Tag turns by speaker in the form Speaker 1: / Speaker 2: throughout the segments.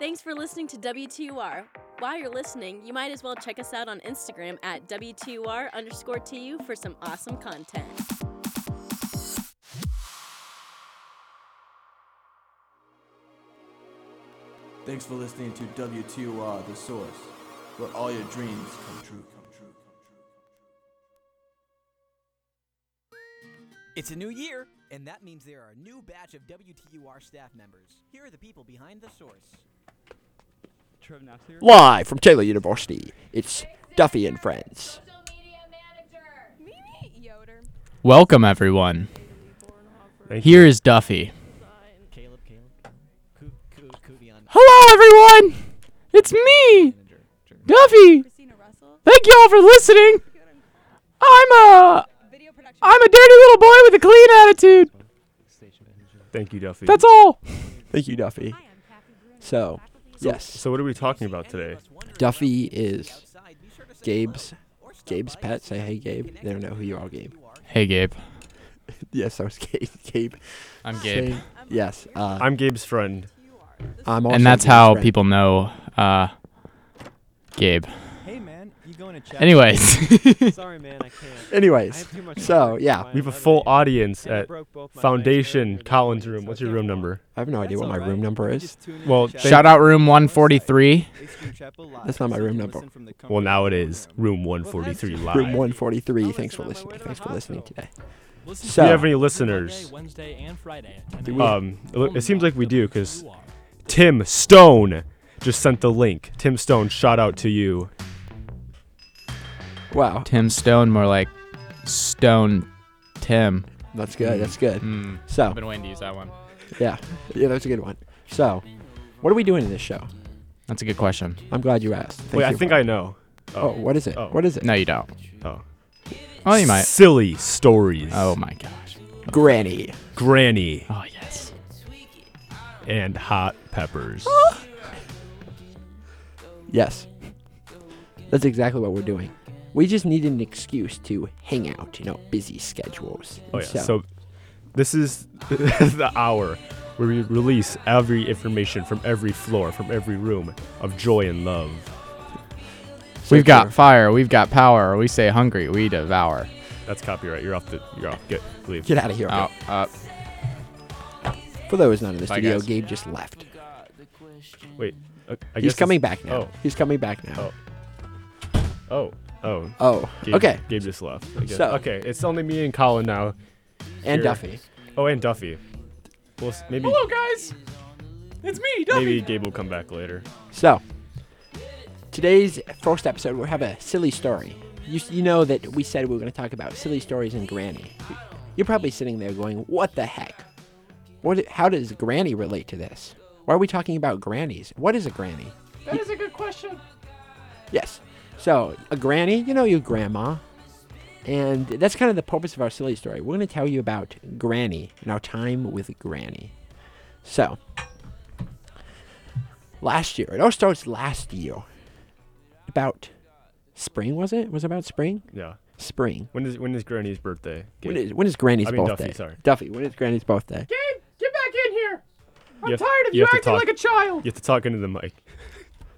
Speaker 1: Thanks for listening to WTUR. While you're listening, you might as well check us out on Instagram at WTUR underscore TU for some awesome content.
Speaker 2: Thanks for listening to WTOR The Source, where all your dreams come true. Come true, come true.
Speaker 3: It's a new year, and that means there are a new batch of WTUR staff members. Here are the people behind the source.
Speaker 4: Trev Knox here.
Speaker 5: Live from Taylor University, it's Duffy and Friends.
Speaker 6: Mimi Yoder.
Speaker 7: Welcome, everyone. Here is Duffy.
Speaker 3: Caleb, Caleb, Caleb. Ku- Ku- Kuvion.
Speaker 7: Hello, everyone! It's me,
Speaker 3: Jer- Jer-
Speaker 7: Duffy!
Speaker 6: Christina Russell.
Speaker 7: Thank you all for listening! I'm a,
Speaker 6: Video production.
Speaker 7: I'm a dirty little boy with a clean attitude.
Speaker 3: Station manager.
Speaker 4: Thank you, Duffy.
Speaker 7: That's all.
Speaker 5: Thank you, Duffy. So, yes,
Speaker 4: So what are we talking about today?
Speaker 5: Duffy is
Speaker 3: Outside, be sure to say
Speaker 5: Gabe's.
Speaker 3: hello or stop
Speaker 5: Gabe's
Speaker 3: by
Speaker 5: pet.
Speaker 3: to
Speaker 5: Say
Speaker 3: see
Speaker 5: hey,
Speaker 3: if you
Speaker 5: Gabe.
Speaker 3: connect
Speaker 5: They don't
Speaker 3: with
Speaker 5: know who you are,
Speaker 3: WTUR.
Speaker 5: Gabe.
Speaker 7: Hey, Gabe.
Speaker 5: Yes, I was Gabe. Gabe.
Speaker 7: I'm Gabe.
Speaker 8: Um,
Speaker 5: Saying- Yes, uh,
Speaker 4: I'm Gabe's friend.
Speaker 5: I'm also
Speaker 7: And that's
Speaker 5: Gabe's
Speaker 7: how
Speaker 5: friend.
Speaker 7: people know uh, Gabe.
Speaker 8: Hey man, you going to chat?
Speaker 7: Anyways,
Speaker 8: Sorry man, I can't. I
Speaker 5: Anyways,
Speaker 8: have too much
Speaker 5: so,
Speaker 8: work
Speaker 5: yeah.
Speaker 8: on my
Speaker 4: We have a
Speaker 8: other
Speaker 4: full
Speaker 8: hand,
Speaker 4: audience
Speaker 8: and I
Speaker 4: at
Speaker 8: broke both my legs earlier
Speaker 4: Foundations
Speaker 8: this
Speaker 4: Collins
Speaker 8: morning,
Speaker 4: room.
Speaker 8: so
Speaker 4: What's
Speaker 8: I
Speaker 4: your
Speaker 8: can't
Speaker 4: room
Speaker 8: walk.
Speaker 4: number?
Speaker 5: I have no idea
Speaker 8: That's
Speaker 5: what my
Speaker 8: alright.
Speaker 5: room number
Speaker 8: You
Speaker 5: is.
Speaker 8: just tune in
Speaker 4: Well,
Speaker 8: to chat
Speaker 7: shout out room 143.
Speaker 8: at HQ Chapel Live,
Speaker 5: That's not my
Speaker 8: so you
Speaker 5: room
Speaker 8: can
Speaker 5: number.
Speaker 8: listen from the comfort
Speaker 4: Well,
Speaker 8: of
Speaker 4: now
Speaker 8: your
Speaker 4: it
Speaker 8: own
Speaker 4: is
Speaker 8: room.
Speaker 4: room 143 live.
Speaker 5: Room 143.
Speaker 8: I'll
Speaker 5: Thanks for
Speaker 8: listen on my way
Speaker 5: listening.
Speaker 8: to the
Speaker 5: Thanks for listening
Speaker 8: hospital.
Speaker 5: today.
Speaker 9: Listen
Speaker 5: So-
Speaker 9: to us
Speaker 4: Do you have any
Speaker 9: every
Speaker 4: listeners?
Speaker 9: Monday, Wednesday and Friday.
Speaker 5: Do we-
Speaker 4: Um, it look- it seems like we do because Tim Stone just sent the link. Tim Stone, shout out to you.
Speaker 5: Wow,
Speaker 7: Tim Stone, more like Stone Tim.
Speaker 5: that's good. That's good.
Speaker 7: Mm.
Speaker 5: So,
Speaker 7: I've been waiting to use that one.
Speaker 5: yeah, yeah, that's a good one. So, what are we doing in this show?
Speaker 7: That's a good question.
Speaker 5: I'm glad you asked. Thank
Speaker 4: Wait, I
Speaker 5: you.
Speaker 4: think I know.
Speaker 5: Oh, what is it?
Speaker 4: Oh.
Speaker 5: What is it?
Speaker 7: No, you don't.
Speaker 4: Oh.
Speaker 7: Oh, you might.
Speaker 4: Silly stories.
Speaker 7: Oh my gosh.
Speaker 5: Granny.
Speaker 4: Granny
Speaker 7: Oh yes.
Speaker 4: and hot peppers.
Speaker 5: Yes. That's exactly what we're doing. We just need an excuse to hang out in our busy schedules.
Speaker 4: Oh yeah. So, this is the hour where we release every information from every floor, from every room of joy and love.
Speaker 5: so
Speaker 7: We've
Speaker 5: for-
Speaker 7: got fire. We've got power. We say hungry. We devour.
Speaker 4: That's copyright. You're off the. You're off. Get leave.
Speaker 5: Get out of here.
Speaker 7: Out, up.
Speaker 5: For those not in the
Speaker 7: Bye,
Speaker 5: studio,
Speaker 7: guys.
Speaker 5: Gabe just left.
Speaker 4: Wait. uh, I
Speaker 5: He's
Speaker 4: guess
Speaker 5: coming
Speaker 4: it's-
Speaker 5: back now.
Speaker 4: Oh.
Speaker 5: He's coming back now.
Speaker 4: Oh. Oh.
Speaker 5: Oh,
Speaker 4: Gabe,
Speaker 5: okay.
Speaker 4: Gabe just left. I guess.
Speaker 5: So-
Speaker 4: okay. It's only me and Colin now.
Speaker 5: And
Speaker 4: here.
Speaker 5: Duffy.
Speaker 4: Oh, and Duffy. Well, s- maybe
Speaker 7: guys. It's me,
Speaker 4: maybe Gabe will come back later.
Speaker 5: So, today's first episode, we have a silly story. You, you know that we said we were going to talk about silly stories and Granny. You're probably sitting there going, what the heck? What, how does Granny relate to this? Why are we talking about grannies? What is a granny?
Speaker 7: That is a good question.
Speaker 5: Yes. So, a granny, you know your grandma. And that's kind of the purpose of our silly story. We're going to tell you about Granny and our time with Granny. So, last year, it all starts last year. About spring, was it? Was it about spring?
Speaker 4: Yeah.
Speaker 5: Spring.
Speaker 4: When is when is Granny's birthday?
Speaker 5: When
Speaker 4: Gabe?
Speaker 5: is, when is Granny's
Speaker 4: I mean Duffy,
Speaker 5: birthday?
Speaker 4: sorry.
Speaker 5: Duffy, when is Granny's birthday?
Speaker 7: Get back in here.
Speaker 4: I'm tired of you, have to talk,
Speaker 7: a child.
Speaker 4: You have to talk into the mic.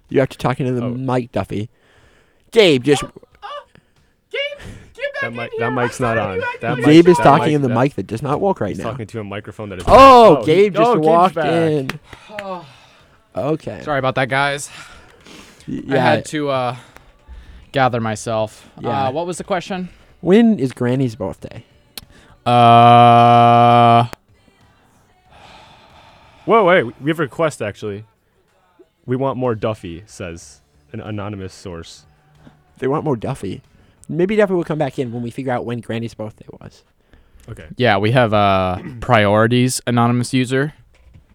Speaker 5: You have to talk into the
Speaker 4: Oh.
Speaker 5: mic, Duffy. Gabe just.
Speaker 4: That, mic, that mic's not on. That mic-
Speaker 5: Gabe is
Speaker 4: that
Speaker 5: talking in the
Speaker 4: that-
Speaker 5: mic that does not work right
Speaker 4: He's
Speaker 5: now.
Speaker 4: talking to a microphone that is.
Speaker 5: Oh,
Speaker 4: he-
Speaker 5: Gabe just
Speaker 4: oh, Gabe's
Speaker 5: walked
Speaker 4: back.
Speaker 5: in. Okay.
Speaker 7: Sorry about that, guys.
Speaker 5: Y-
Speaker 7: I
Speaker 5: Yeah.
Speaker 7: had to uh, gather myself.
Speaker 5: Yeah.
Speaker 7: Uh, what was the question?
Speaker 5: when is Granny's birthday?
Speaker 7: Uh,
Speaker 4: Whoa, wait. We have a request actually. We want more Duffy, says an anonymous source.
Speaker 5: They want more Duffy. Maybe Duffy will come back in when we figure out when Granny's birthday was.
Speaker 4: Okay.
Speaker 7: yeah, we have uh priorities. Anonymous user.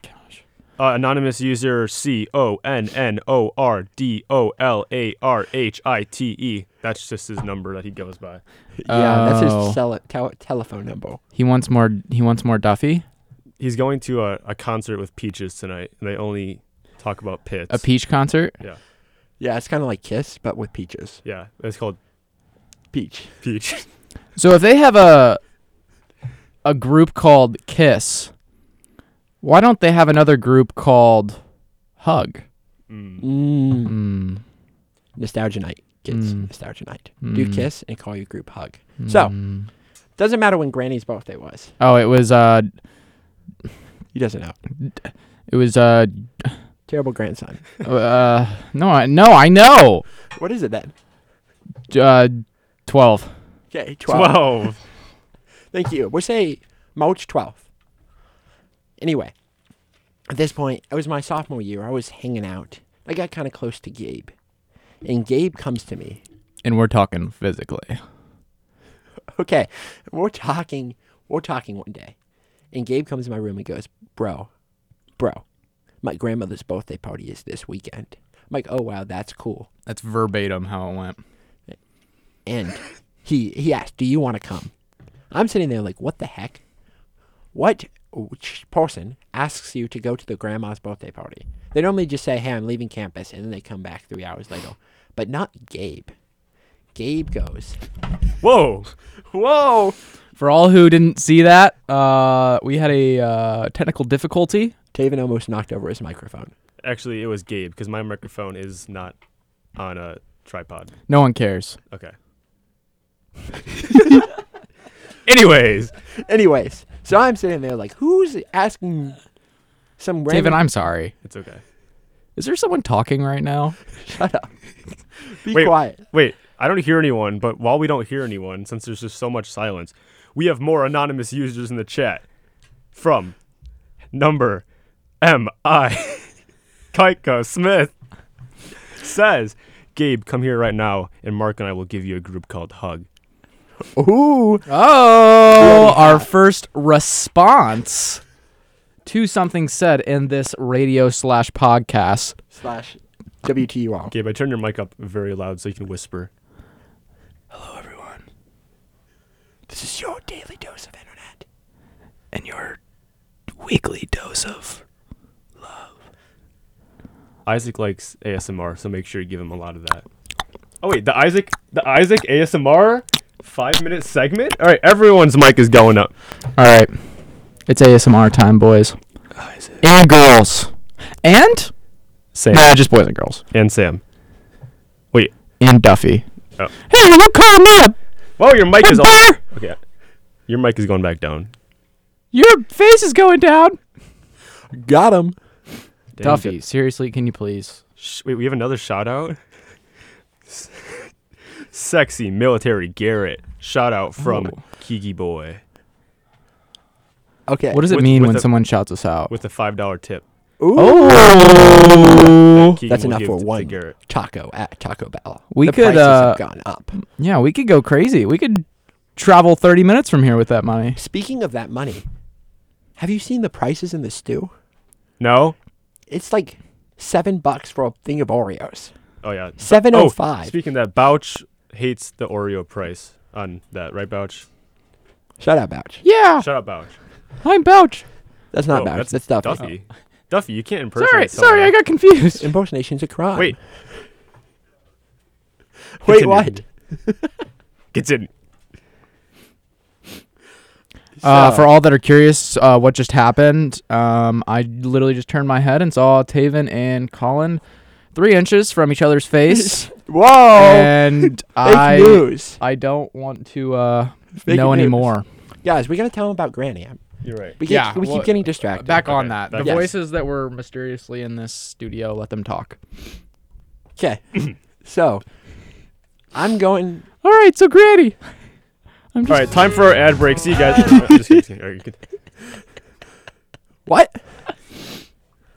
Speaker 7: Gosh.
Speaker 4: Uh, anonymous user C O N N O R D O L A R H I T E. That's just his number that he goes by.
Speaker 5: Yeah, that's
Speaker 7: Oh.
Speaker 5: his cell tel- telephone number.
Speaker 7: He wants more. He wants more Duffy.
Speaker 4: He's going to a, a concert with Peaches tonight, and they only talk about pits.
Speaker 7: A peach concert.
Speaker 4: Yeah.
Speaker 5: Yeah, it's kind of like Kiss, but with peaches.
Speaker 4: Yeah. It's called
Speaker 5: Peach.
Speaker 4: Peach.
Speaker 7: So if they have a a group called Kiss, why don't they have another group called Hug?
Speaker 5: Mm.
Speaker 7: Mm.
Speaker 5: Nostalgia night, kids.
Speaker 7: Mm.
Speaker 5: Nostalgia night. Do
Speaker 7: Mm.
Speaker 5: kiss and call your group hug. So
Speaker 7: Mm.
Speaker 5: doesn't matter when Granny's birthday was.
Speaker 7: Oh, it was uh,
Speaker 5: He doesn't know.
Speaker 7: it was uh,
Speaker 5: Terrible grandson.
Speaker 7: uh, no, I no, I know.
Speaker 5: What is it then?
Speaker 7: Uh, twelve.
Speaker 5: Okay, twelve.
Speaker 4: Twelve.
Speaker 5: Thank you. We'll say March 12th. Anyway, at this point, it was my sophomore year. I was hanging out. I got kind of close to Gabe. And Gabe comes to me.
Speaker 7: And we're talking physically.
Speaker 5: Okay, we're talking. We're talking one day. And Gabe comes to my room and goes, Bro, bro, my grandmother's birthday party is this weekend. I'm like, Oh, wow, that's cool.
Speaker 7: That's verbatim how it went.
Speaker 5: And he, he asked, Do you want to come? I'm sitting there like, What the heck? What which person asks you to go to the grandma's birthday party? They normally just say, Hey, I'm leaving campus. And then they come back three hours later. But not Gabe. Gabe goes,
Speaker 4: Whoa.
Speaker 5: Whoa.
Speaker 7: For all who didn't see that, uh, we had a uh, technical difficulty.
Speaker 5: Taven almost knocked over his microphone.
Speaker 4: Actually, it was Gabe because my microphone is not on a tripod.
Speaker 7: No one cares.
Speaker 4: Okay. Anyways,
Speaker 5: Anyways, so I'm sitting there like, who's asking some
Speaker 7: David,
Speaker 5: random?
Speaker 7: I'm sorry.
Speaker 4: it's okay.
Speaker 7: Is there someone talking right now?
Speaker 5: shut up. Be
Speaker 4: Wait.
Speaker 5: quiet.
Speaker 4: Wait, I don't hear anyone, but while we don't hear anyone, since there's just so much silence, we have more anonymous users in the chat from number M I Kaiko Smith says, Gabe, come here right now, and Mark and I will give you a group called Hug.
Speaker 5: Ooh,
Speaker 7: Oh, our first response to something said in this radio slash podcast.
Speaker 5: slash WTUR.
Speaker 4: Gabe, I turned your mic up very loud so you can whisper.
Speaker 7: Hello, everyone,
Speaker 5: This is your daily dose of internet.
Speaker 7: and your weekly dose of.
Speaker 4: Isaac likes ASMR, so make sure you give him a lot of that. Oh wait, the Isaac the Isaac ASMR five minute segment? Alright, everyone's mic is going up.
Speaker 7: All right, it's ASMR time, boys
Speaker 4: Ah,
Speaker 7: and girls, and
Speaker 4: Sam
Speaker 7: nah, just boys and girls,
Speaker 4: and Sam.
Speaker 7: and Duffy.
Speaker 4: Oh.
Speaker 7: Hey, you call him up?
Speaker 4: Whoa, your mic is all-
Speaker 7: Bear,
Speaker 4: Okay. Your mic is going back down.
Speaker 7: your face is going down.
Speaker 5: Got him.
Speaker 4: Damn,
Speaker 7: Duffy, seriously, can you please?
Speaker 4: Sh- wait, we have another shout out. Sexy military Garrett. Shout out from
Speaker 5: Oh.
Speaker 7: Ooh.
Speaker 4: Kiki Boy
Speaker 5: Okay.
Speaker 7: What does it
Speaker 4: With-
Speaker 7: mean
Speaker 4: with
Speaker 7: when
Speaker 4: a-
Speaker 7: someone shouts us out?
Speaker 4: with a five dollar tip.
Speaker 5: Ooh.
Speaker 7: Oh,
Speaker 4: Keegan
Speaker 5: That's
Speaker 4: will
Speaker 5: enough
Speaker 4: give
Speaker 5: for
Speaker 4: to
Speaker 5: one
Speaker 4: Garrett.
Speaker 5: taco at Taco Bell.
Speaker 7: We
Speaker 5: the
Speaker 7: could,
Speaker 5: prices
Speaker 7: uh,
Speaker 5: have gone up.
Speaker 7: yeah, we could go crazy. We could travel 30 minutes from here with that money.
Speaker 5: Speaking of that money, have you seen the prices in the stew?
Speaker 4: No?
Speaker 5: It's like seven bucks for a thing of Oreos.
Speaker 4: Oh yeah.
Speaker 5: Seven
Speaker 4: Oh,
Speaker 5: oh five.
Speaker 4: Speaking of that, Bouch hates the Oreo price on that, right, Bouch?
Speaker 5: Shut up, Bouch.
Speaker 7: Yeah,
Speaker 4: Shut up, Bouch.
Speaker 7: I'm Bouch.
Speaker 5: That's not
Speaker 4: Oh,
Speaker 5: Bouch. That's, Duffy.
Speaker 4: Duffy. Duffy, you can't impersonate.
Speaker 7: Sorry,
Speaker 4: someone.
Speaker 7: sorry, I got confused.
Speaker 5: Impersonation's a crime.
Speaker 4: Wait.
Speaker 5: Wait,
Speaker 4: Continue.
Speaker 5: what?
Speaker 4: Gets in.
Speaker 7: Uh,
Speaker 5: So-
Speaker 7: for all that are curious, uh, what just happened? Um, I literally just turned my head and saw Taven and Colin three inches from each other's face, Oh,
Speaker 5: Whoa!
Speaker 7: and
Speaker 5: Fake
Speaker 7: I
Speaker 5: news,
Speaker 7: I don't want to uh,
Speaker 5: Fake
Speaker 7: know
Speaker 5: news.
Speaker 7: anymore.
Speaker 5: guys. We gotta tell him about Granny. I'm-
Speaker 4: You're right.
Speaker 5: We keep,
Speaker 7: Yeah,
Speaker 5: we
Speaker 7: well,
Speaker 5: keep getting distracted.
Speaker 7: Back on
Speaker 4: Okay,
Speaker 7: that. The
Speaker 4: back- Yes.
Speaker 7: voices that were mysteriously in this studio, let them talk.
Speaker 5: Okay. so, I'm going.
Speaker 7: All right, so Granny. I'm
Speaker 4: All
Speaker 7: just
Speaker 4: right, time for our ad break. See you guys. Just kidding. All right, good.
Speaker 5: What?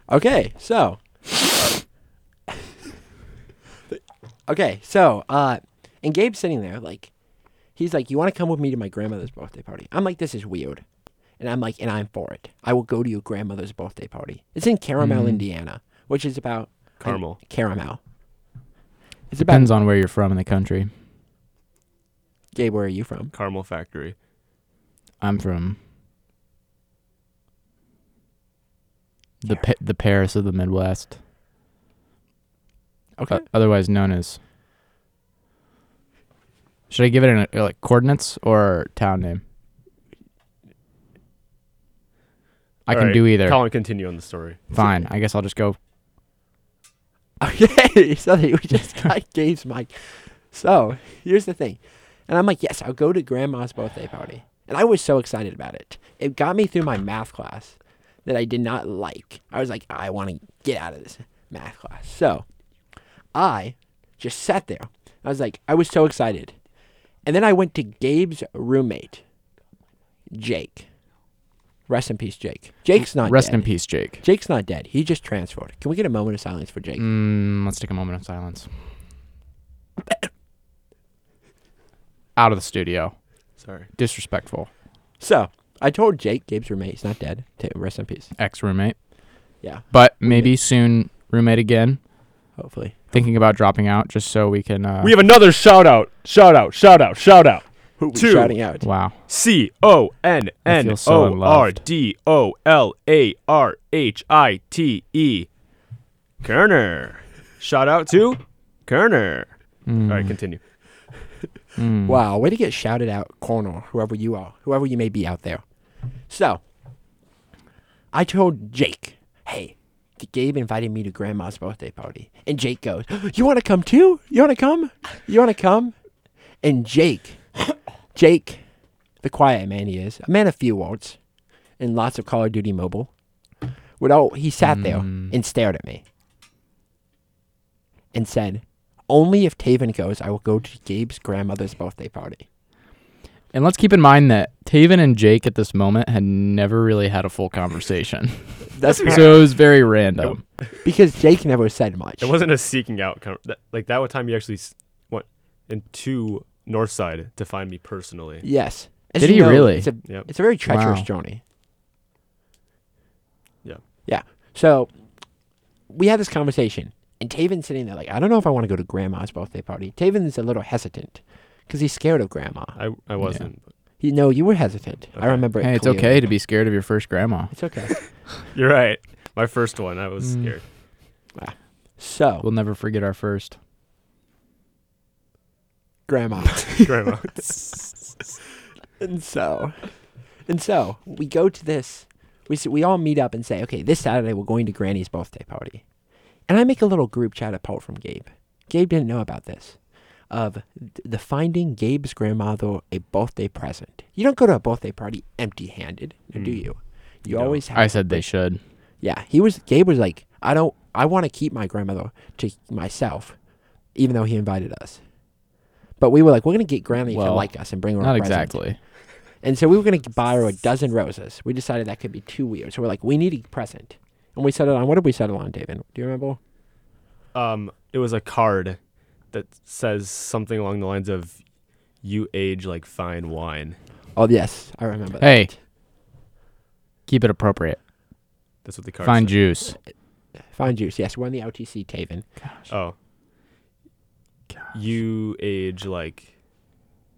Speaker 5: Okay, so. okay, so, uh, and Gabe's sitting there, like, he's like, You want to come with me to my grandmother's birthday party? I'm like, This is weird. And I'm like, And I'm for it. I will go to your grandmother's birthday party. It's in Caramel, Indiana, which is about.
Speaker 4: Carmel.
Speaker 5: Caramel. It's about.
Speaker 7: depends on where you're from in the country.
Speaker 5: Gabe, where are you from?
Speaker 4: Caramel Factory.
Speaker 7: I'm from the pa- the Paris of the Midwest,
Speaker 5: Okay.
Speaker 7: o- otherwise known as. Should I give it an, uh, like coordinates or town name? I
Speaker 4: All
Speaker 7: can
Speaker 4: right,
Speaker 7: do either.
Speaker 4: Colin, continue on the story.
Speaker 7: Fine. I guess I'll just go
Speaker 5: Okay, so that we just got Gabe's mic. So here's the thing, and I'm like, yes, I'll go to Grandma's birthday party, and I was so excited about it. It got me through my math class that I did not like. I was like, I want to get out of this math class. So I just sat there. I was like, I was so excited, and then I went to Gabe's roommate, Jake. Rest in peace, Jake. Jake's not
Speaker 7: Rest
Speaker 5: dead.
Speaker 7: in peace, Jake.
Speaker 5: Jake's not dead. He just transferred. Can we get a moment of silence for Jake?
Speaker 7: Mm, let's take a moment of silence. Out of the studio.
Speaker 2: Sorry.
Speaker 7: Disrespectful.
Speaker 5: So I told Jake, Gabe's roommate, he's not dead. Ta rest in peace.
Speaker 7: Ex roommate.
Speaker 5: Yeah,
Speaker 7: But maybe soon roommate again.
Speaker 5: hopefully.
Speaker 7: Thinking about dropping out just so we can. Uh,
Speaker 4: We have another shout out, shout out, shout out, shout out.
Speaker 5: Who
Speaker 4: Two.
Speaker 5: shouting out?
Speaker 7: wow.
Speaker 4: C O N
Speaker 7: I
Speaker 4: N
Speaker 7: feel so
Speaker 4: O R
Speaker 7: unloved.
Speaker 4: D O L A R H I T E. Kerner. Shout out to Kerner. All right, continue.
Speaker 5: Wow, way to get shouted out, Cornel, whoever you are, whoever you may be out there. So I told Jake, hey, Gabe invited me to grandma's birthday party. And Jake goes, You wanna come too? You wanna come? You wanna come? And Jake, Jake, the quiet man he is, a man of few words, and lots of Call of Duty mobile. Would all he sat there and stared at me and said, Only if Taven goes, I will go to Gabe's grandmother's birthday party.
Speaker 7: And let's keep in mind that Taven and Jake at this moment had never really had a full conversation.
Speaker 5: That's
Speaker 7: so it was very random.
Speaker 5: because Jake never said much.
Speaker 4: It wasn't a seeking out. Con- that, like that one time you actually s- went into Northside to find me personally.
Speaker 5: Yes. As
Speaker 7: Did
Speaker 5: you
Speaker 7: he
Speaker 5: know,
Speaker 7: really?
Speaker 5: It's a,
Speaker 4: Yep.
Speaker 5: it's a very treacherous
Speaker 7: Wow.
Speaker 5: journey.
Speaker 4: Yeah.
Speaker 5: Yeah. So we had this conversation, and Taven's sitting there like, I don't know if I want to go to grandma's birthday party. Taven's a little hesitant because he's scared of grandma.
Speaker 4: I, I wasn't.
Speaker 5: You know, you were hesitant. I
Speaker 4: Okay.
Speaker 5: remember. it
Speaker 7: Hey, it's
Speaker 5: clearly.
Speaker 7: okay to be scared of your first grandma.
Speaker 5: It's okay.
Speaker 4: You're right. My first one, I was
Speaker 7: Mm.
Speaker 4: scared.
Speaker 5: So,
Speaker 7: We'll never forget our first.
Speaker 5: grandma.
Speaker 4: Grandma.
Speaker 5: and so, and so we go to this. We s- we all meet up and say, okay, this Saturday we're going to Granny's birthday party, and I make a little group chat apart from Gabe. Gabe didn't know about this, of th- the finding Gabe's grandmother a birthday present. You don't go to a birthday party empty-handed, now do you? You,
Speaker 4: don't.
Speaker 5: always. Have
Speaker 7: Hmm. I said they should.
Speaker 5: yeah, he was. Gabe was like, I don't. I want to keep my grandmother to myself, even though he invited us. But we were like, we're gonna get Granny to
Speaker 7: Well,
Speaker 5: like us and bring her. a
Speaker 7: Not
Speaker 5: present.
Speaker 7: exactly.
Speaker 5: And so we were going to buy her a dozen roses. We decided that could be too weird. So we're like, we need a present. And we settled on what did we settle on, David? Do you remember?
Speaker 4: um, it was a card that says something along the lines of "You age like fine wine."
Speaker 5: Oh yes, I remember. that.
Speaker 7: Hey. Keep it appropriate.
Speaker 4: That's what the card.
Speaker 7: Find
Speaker 4: said.
Speaker 7: juice.
Speaker 5: fine juice. Yes, we're in the OTC, Taven.
Speaker 4: Oh. You age like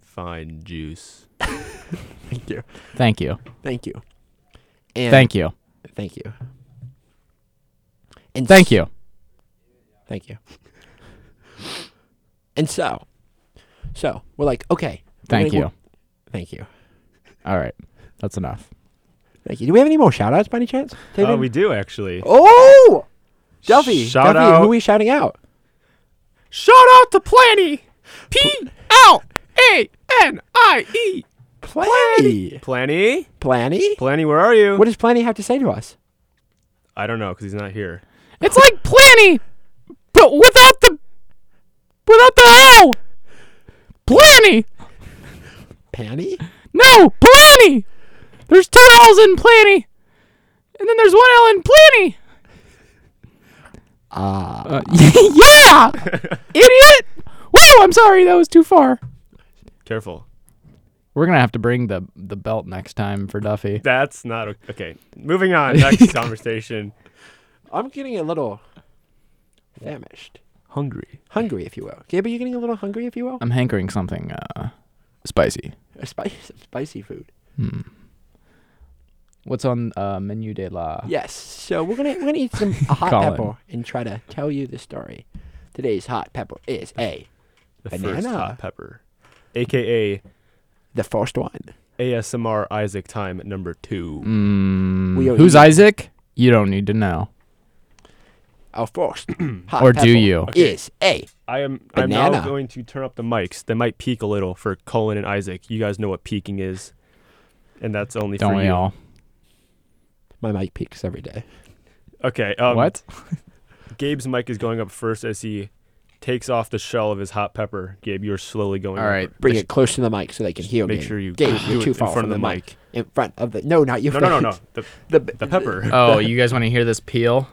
Speaker 4: fine juice.
Speaker 5: Thank you,
Speaker 7: Thank you.
Speaker 5: thank you, and
Speaker 7: Thank you.
Speaker 5: thank you, and
Speaker 7: Thank
Speaker 5: s-
Speaker 7: you.
Speaker 5: thank you. and so, so we're like, okay, we're
Speaker 7: Thank
Speaker 5: gonna-
Speaker 7: you.
Speaker 5: thank you,
Speaker 7: All right. That's enough.
Speaker 5: thank you. Do we have any more shout outs by any chance, Taven?
Speaker 4: Oh, we do actually.
Speaker 5: oh, Duffy,
Speaker 4: Shout
Speaker 5: Duffy,
Speaker 4: out.
Speaker 5: who are we shouting out?
Speaker 4: Shout out to Planny. P L A N I E.
Speaker 5: Planny,
Speaker 4: Planny.
Speaker 5: Planny.
Speaker 4: Planny, where are you?
Speaker 5: What does Planny have to say to us?
Speaker 4: I don't know because he's not here.
Speaker 7: It's like Planny, but without the without the O. Planny.
Speaker 5: Planny?
Speaker 7: No, Planny. There's two L's in Planny, and then there's one L in Planny.
Speaker 5: Ah.
Speaker 7: Uh, yeah, idiot. Whoa, I'm sorry. That was too far.
Speaker 4: Careful.
Speaker 7: We're gonna have to bring the the belt next time for Duffy.
Speaker 4: That's not o- okay. Moving on. Next conversation.
Speaker 5: I'm getting a little famished.
Speaker 4: Hungry.
Speaker 5: Hungry, if you will. Gabe, are you getting a little hungry, if you will?
Speaker 7: I'm hankering something uh, spicy.
Speaker 5: A spice, some spicy food.
Speaker 7: What's on uh, menu de la?
Speaker 5: Yes. So we're gonna we're gonna eat some a hot
Speaker 7: Colin.
Speaker 5: pepper and try to tell you the story. Today's hot pepper is a
Speaker 4: The first
Speaker 5: Banana.
Speaker 4: hot pepper, aka
Speaker 5: the first one.
Speaker 4: ASMR Isaac time number two.
Speaker 7: Mm,
Speaker 5: We are
Speaker 7: who's
Speaker 5: eating-
Speaker 7: Isaac? You don't need to know.
Speaker 5: Our first hot
Speaker 7: Or do
Speaker 5: pepper
Speaker 7: you?
Speaker 5: Is a
Speaker 4: I am I'm now
Speaker 5: Banana.
Speaker 4: going to turn up the mics. They might peak a little for Colin and Isaac. You guys know what peaking is. And that's only
Speaker 7: Don't
Speaker 4: for
Speaker 7: we
Speaker 4: you.
Speaker 7: all?
Speaker 5: my mic peaks every day.
Speaker 4: Okay. Um,
Speaker 7: what?
Speaker 4: Gabe's mic is going up first as he takes off the shell of his hot pepper. Gabe, you're slowly going.
Speaker 7: All right.
Speaker 5: Bring it close to the mic so they can hear.
Speaker 4: Make
Speaker 5: Gabe.
Speaker 4: sure you
Speaker 5: Gabe,
Speaker 4: do
Speaker 5: you're
Speaker 4: it
Speaker 5: too
Speaker 4: in
Speaker 5: far
Speaker 4: front
Speaker 5: from
Speaker 4: of the mic.
Speaker 5: In front of the no, not your
Speaker 4: No,
Speaker 5: face.
Speaker 4: no, no, no. The,
Speaker 5: The,
Speaker 4: the pepper.
Speaker 5: Uh,
Speaker 7: Oh, you guys want to hear this peel?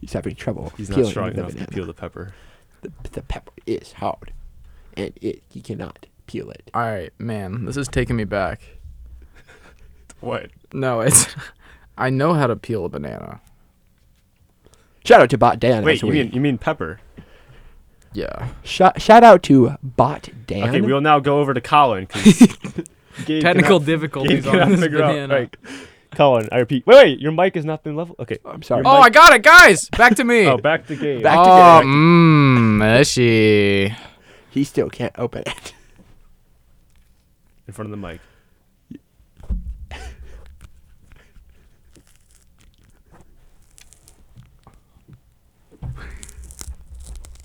Speaker 5: He's having trouble.
Speaker 4: He's not
Speaker 5: peeling
Speaker 4: strong
Speaker 5: the
Speaker 4: enough to
Speaker 5: banana.
Speaker 4: peel the pepper.
Speaker 5: The, the pepper is hard, and it you cannot peel it.
Speaker 7: All right, man. This is taking me back.
Speaker 4: What?
Speaker 7: No, it's. I know how to peel a banana.
Speaker 5: Shout out to Bot Dan.
Speaker 4: Wait,
Speaker 5: as
Speaker 4: you
Speaker 5: we-
Speaker 4: mean you mean pepper?
Speaker 7: Yeah.
Speaker 5: shout, shout out to Bot Dan.
Speaker 4: Okay, we'll now go over to Colin. 'cause Gabe
Speaker 7: Technical
Speaker 4: cannot- Gabe
Speaker 7: difficulties
Speaker 4: cannot
Speaker 7: on this
Speaker 4: figure out-
Speaker 7: banana.
Speaker 4: right. Colin, I repeat. Wait, wait, your mic has not been level. Okay.
Speaker 5: I'm sorry.
Speaker 7: Oh, I got it, guys. Back to me.
Speaker 4: Oh, back to Gabe.
Speaker 5: Back- to
Speaker 7: oh,
Speaker 5: Gabe.
Speaker 7: mmm, she?
Speaker 5: he still can't open it.
Speaker 4: in front of the mic.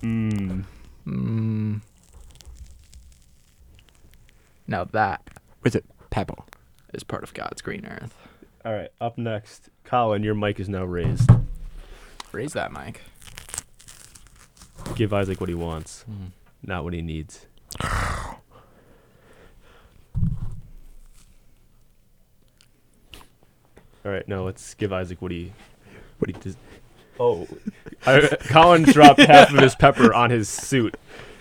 Speaker 4: Mmm.
Speaker 7: Now that
Speaker 5: Was it pepper?
Speaker 7: is part of God's green earth.
Speaker 4: All right, up next, Colin, your mic is now raised.
Speaker 7: Raise that mic.
Speaker 4: Give Isaac what he wants, not what he needs. All right, no, let's give Isaac what he what he does. Oh, I, Colin dropped half of his pepper on his suit.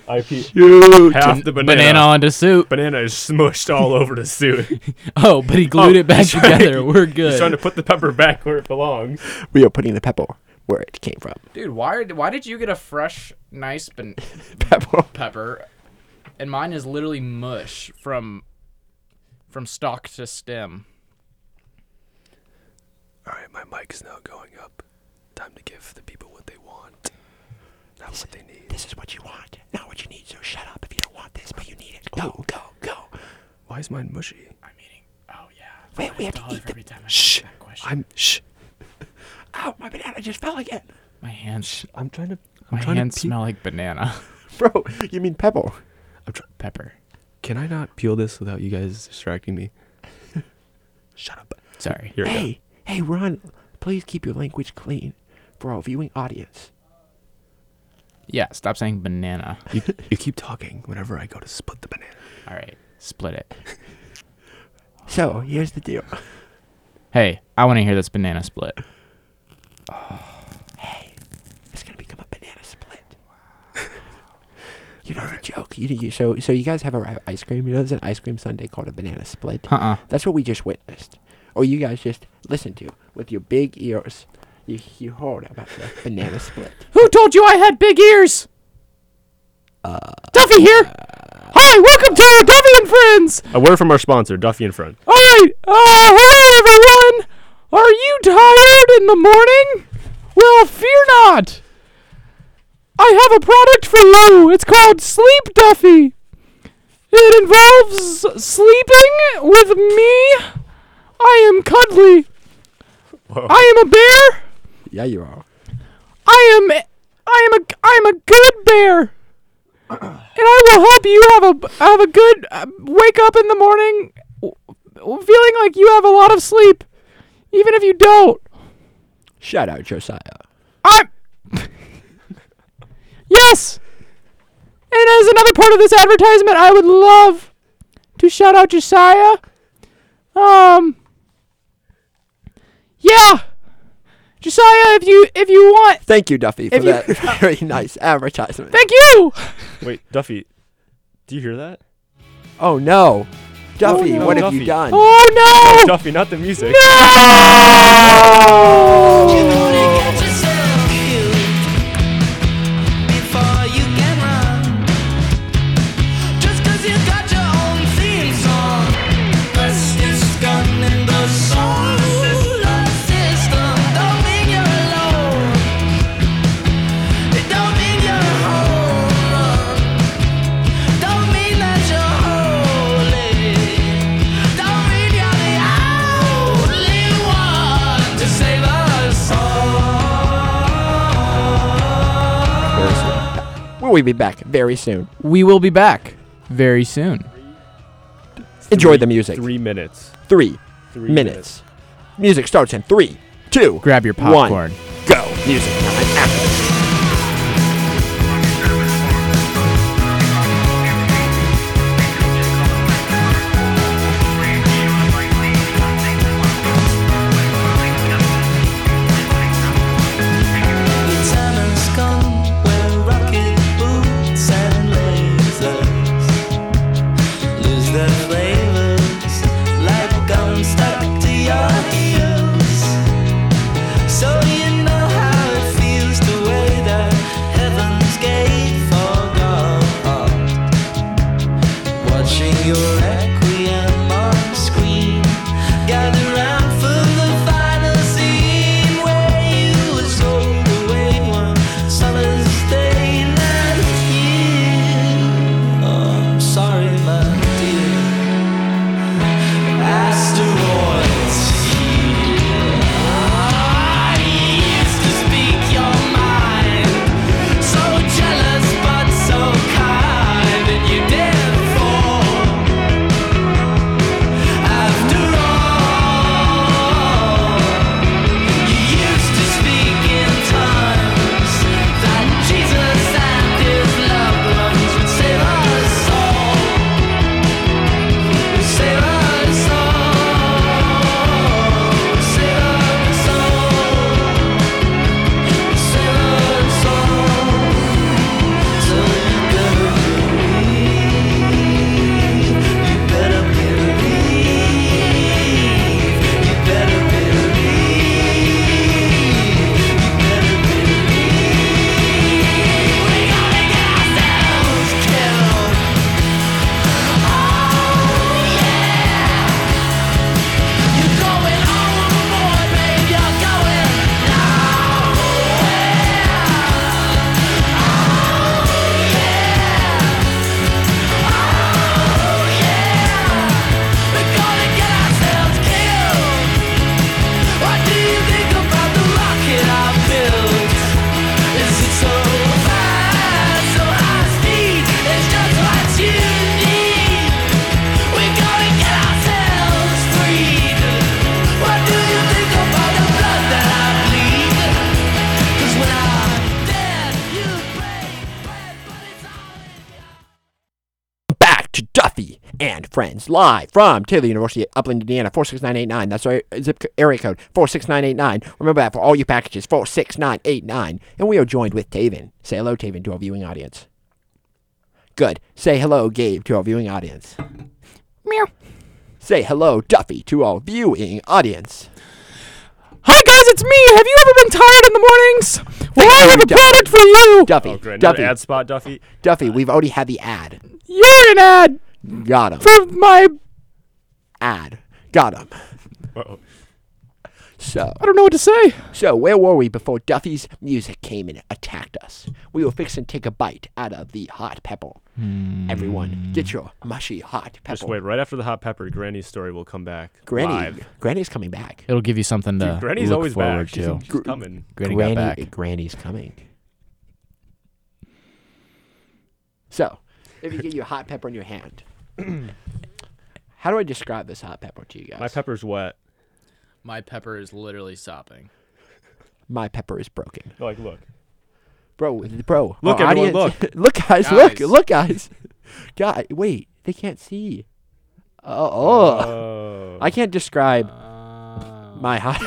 Speaker 4: I pe- half the banana.
Speaker 7: Banana onto soup.
Speaker 4: Banana is smushed all over the suit.
Speaker 7: Oh, but he glued
Speaker 4: Oh,
Speaker 7: it back
Speaker 4: he's trying-
Speaker 7: together. We're good.
Speaker 4: He's trying to put the pepper back where it belongs.
Speaker 5: We are putting the pepper where it came from.
Speaker 7: Dude, why are- why did you get a fresh, nice ban-
Speaker 5: Pepper.
Speaker 7: pepper, and mine is literally mush from from stalk to stem?
Speaker 4: All right, my mic is now going up. Time to give the people what they want, not what they need.
Speaker 5: This is what you want, not what you need. So shut up if you don't want this, but you need it. Go, go, go.
Speaker 4: Oh. Why is mine mushy?
Speaker 7: I'm eating. Oh yeah.
Speaker 5: Wait, we have to eat the.
Speaker 7: Every time I
Speaker 4: Shh.
Speaker 7: that question,
Speaker 4: I'm shh.
Speaker 5: Ow, my banana just fell again.
Speaker 7: my hands
Speaker 4: I'm trying to. I'm
Speaker 7: my
Speaker 4: trying
Speaker 7: hands
Speaker 4: to peel.
Speaker 7: smell like banana
Speaker 5: Bro, you mean pepper?
Speaker 7: pepper.
Speaker 4: Can I not peel this without you guys distracting me? Shut up.
Speaker 7: Sorry.
Speaker 4: Here we go.
Speaker 5: Hey, hey, we're on. Please keep your language clean for our viewing audience.
Speaker 7: Yeah, stop saying banana.
Speaker 4: You, you keep talking whenever I go to split the banana.
Speaker 7: All right, split it.
Speaker 5: So here's the deal.
Speaker 7: Hey, I want to hear this banana split.
Speaker 5: It's gonna become a banana split. You know the joke. You, you so so you guys have a ice cream. You know there's an ice cream sundae called a banana split.
Speaker 7: Uh uh
Speaker 5: That's what we just witnessed, or you guys just listened to with your big ears. You you heard about the banana split.
Speaker 7: Who told you I had big ears? Duffy here. Hi, welcome to Duffy and Friends.
Speaker 4: A word from our sponsor, Duffy and Friend.
Speaker 7: All right. Uh, hello, everyone. Are you tired in the morning? Well, fear not. I have a product for you. It's called Sleep Duffy. It involves sleeping with me. I am cuddly. I am a bear.
Speaker 5: Yeah, you are.
Speaker 7: I am I am a I am a good bear. And I will help you have a have a good uh, wake up in the morning w- w- feeling like you have a lot of sleep even if you don't.
Speaker 5: Shout out Josiah.
Speaker 7: I'm Yes. And as another part of this advertisement, I would love to shout out Josiah. Um Yeah. Josiah, if you if you want,
Speaker 5: Thank you, Duffy, for
Speaker 7: If you-
Speaker 5: that very nice advertisement.
Speaker 7: thank you.
Speaker 4: Wait, Duffy, do you hear that?
Speaker 5: oh no, Duffy,
Speaker 4: no.
Speaker 5: what have
Speaker 4: Duffy.
Speaker 5: you done?
Speaker 7: Oh no!
Speaker 4: Duffy, not the music.
Speaker 6: Don't mean you're the only one
Speaker 5: we'll be back very soon.
Speaker 7: We will be back very soon.
Speaker 5: Enjoy
Speaker 4: Three-
Speaker 5: the music.
Speaker 4: Three minutes.
Speaker 5: Three
Speaker 4: Three
Speaker 5: minutes. Music starts in three, two,
Speaker 7: Grab your
Speaker 5: One.
Speaker 7: popcorn.
Speaker 5: go. Music time after this.
Speaker 6: Your requiem on screen. Gather round for the final scene where you were sold away one summer's day. Not here. Oh, I'm sorry, my dear. Asteroids here. I used to speak your mind. So jealous, but so kind, and you did fall. After all, you used to speak in tongues that Jesus and his loved ones would save us all, would save us all, would save us all, would save us all. So you better believe, you better believe, you better believe, you better believe. We gotta get ourselves killed. Oh yeah, you're going overboard, babe. You're going nowhere. We're gonna get ourselves killed. What do you think about the rocket I built? Is it so fast, so high speed? It's just what you need. We're gonna get ourselves freed. What do you think about the blood that I bleed? 'Cause when I'm dead, you pray, pray, but it's all in your
Speaker 5: back to Duffy and Friends live from Taylor University, Upland, Indiana, 46989. That's our zip co- area code, 46989. Remember that for all your packages, 46989. And we are joined with Taven. Say hello, Taven, to our viewing audience. Good. Say hello, Gabe, to our viewing audience. Meow. Say hello, Duffy, to our viewing audience.
Speaker 7: Hi guys, it's me. Have you ever been tired in the mornings? Well, I
Speaker 5: you,
Speaker 7: have a
Speaker 5: Duffy.
Speaker 7: product for you.
Speaker 5: Duffy,
Speaker 4: Oh, great. Another
Speaker 5: Duffy,
Speaker 4: ad spot, Duffy.
Speaker 5: Duffy, we've already had the ad.
Speaker 7: You're an ad
Speaker 5: Got him.
Speaker 7: for my.
Speaker 5: Ad. Got him.
Speaker 4: Uh-oh.
Speaker 5: So.
Speaker 7: I don't know what to say.
Speaker 5: So, where were we before Duffy's music came and attacked us? We were fixing to take a bite out of the hot pepper. Everyone, get your mushy hot pepper.
Speaker 4: Hmm. Just wait. Right after the hot pepper, Granny's story will come back.
Speaker 5: Oh. Granny,
Speaker 4: Live.
Speaker 5: Granny's coming back.
Speaker 7: It'll give you something to
Speaker 4: Dude, Granny's
Speaker 7: look
Speaker 4: always
Speaker 7: forward
Speaker 4: back. She's,
Speaker 7: to.
Speaker 4: she's coming.
Speaker 7: Granny,
Speaker 5: Granny,
Speaker 7: got back.
Speaker 5: Granny's coming. So, if you get your hot pepper in your hand, how do I describe this hot pepper to you guys?
Speaker 4: My pepper's wet.
Speaker 9: My pepper is literally sopping.
Speaker 5: My pepper is broken,
Speaker 4: Like, look.
Speaker 5: bro. Bro,
Speaker 4: Look,
Speaker 5: our
Speaker 4: everyone,
Speaker 5: audience- look, guys, look,
Speaker 9: Guys.
Speaker 5: look, guys, guy. Wait, they can't see. oh. oh.
Speaker 4: Oh.
Speaker 5: I can't describe
Speaker 9: Uh,
Speaker 5: my hot.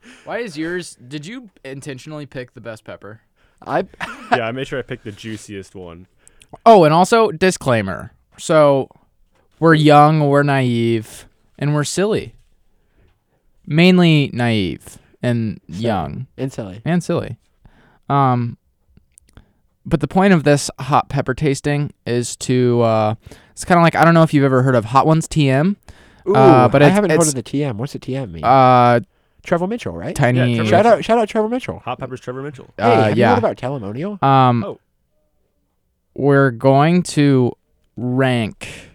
Speaker 9: why is yours? Did you intentionally pick the best pepper?
Speaker 5: I
Speaker 4: yeah, I made sure I picked the juiciest one.
Speaker 7: Oh, and also disclaimer. So we're young, we're naive, and we're silly. Mainly naive and young
Speaker 5: and silly.
Speaker 7: and silly. Um but the point of this hot pepper tasting is to uh it's kind of like I don't know if you've ever heard of Hot Ones TM.
Speaker 5: Ooh,
Speaker 7: Uh, but
Speaker 5: I
Speaker 7: it's-
Speaker 5: haven't heard
Speaker 7: it's-
Speaker 5: of the TM. What's the TM mean?
Speaker 7: Uh
Speaker 5: Trevor Mitchell, right?
Speaker 7: tiny
Speaker 4: Trevor
Speaker 5: shout out, shout out, Trevor Mitchell.
Speaker 4: Hot pepper's Trevor Mitchell.
Speaker 5: Hey,
Speaker 7: uh,
Speaker 5: have you
Speaker 7: yeah.
Speaker 5: heard about Telemonial?
Speaker 7: Um,
Speaker 4: Oh.
Speaker 7: we're going to rank,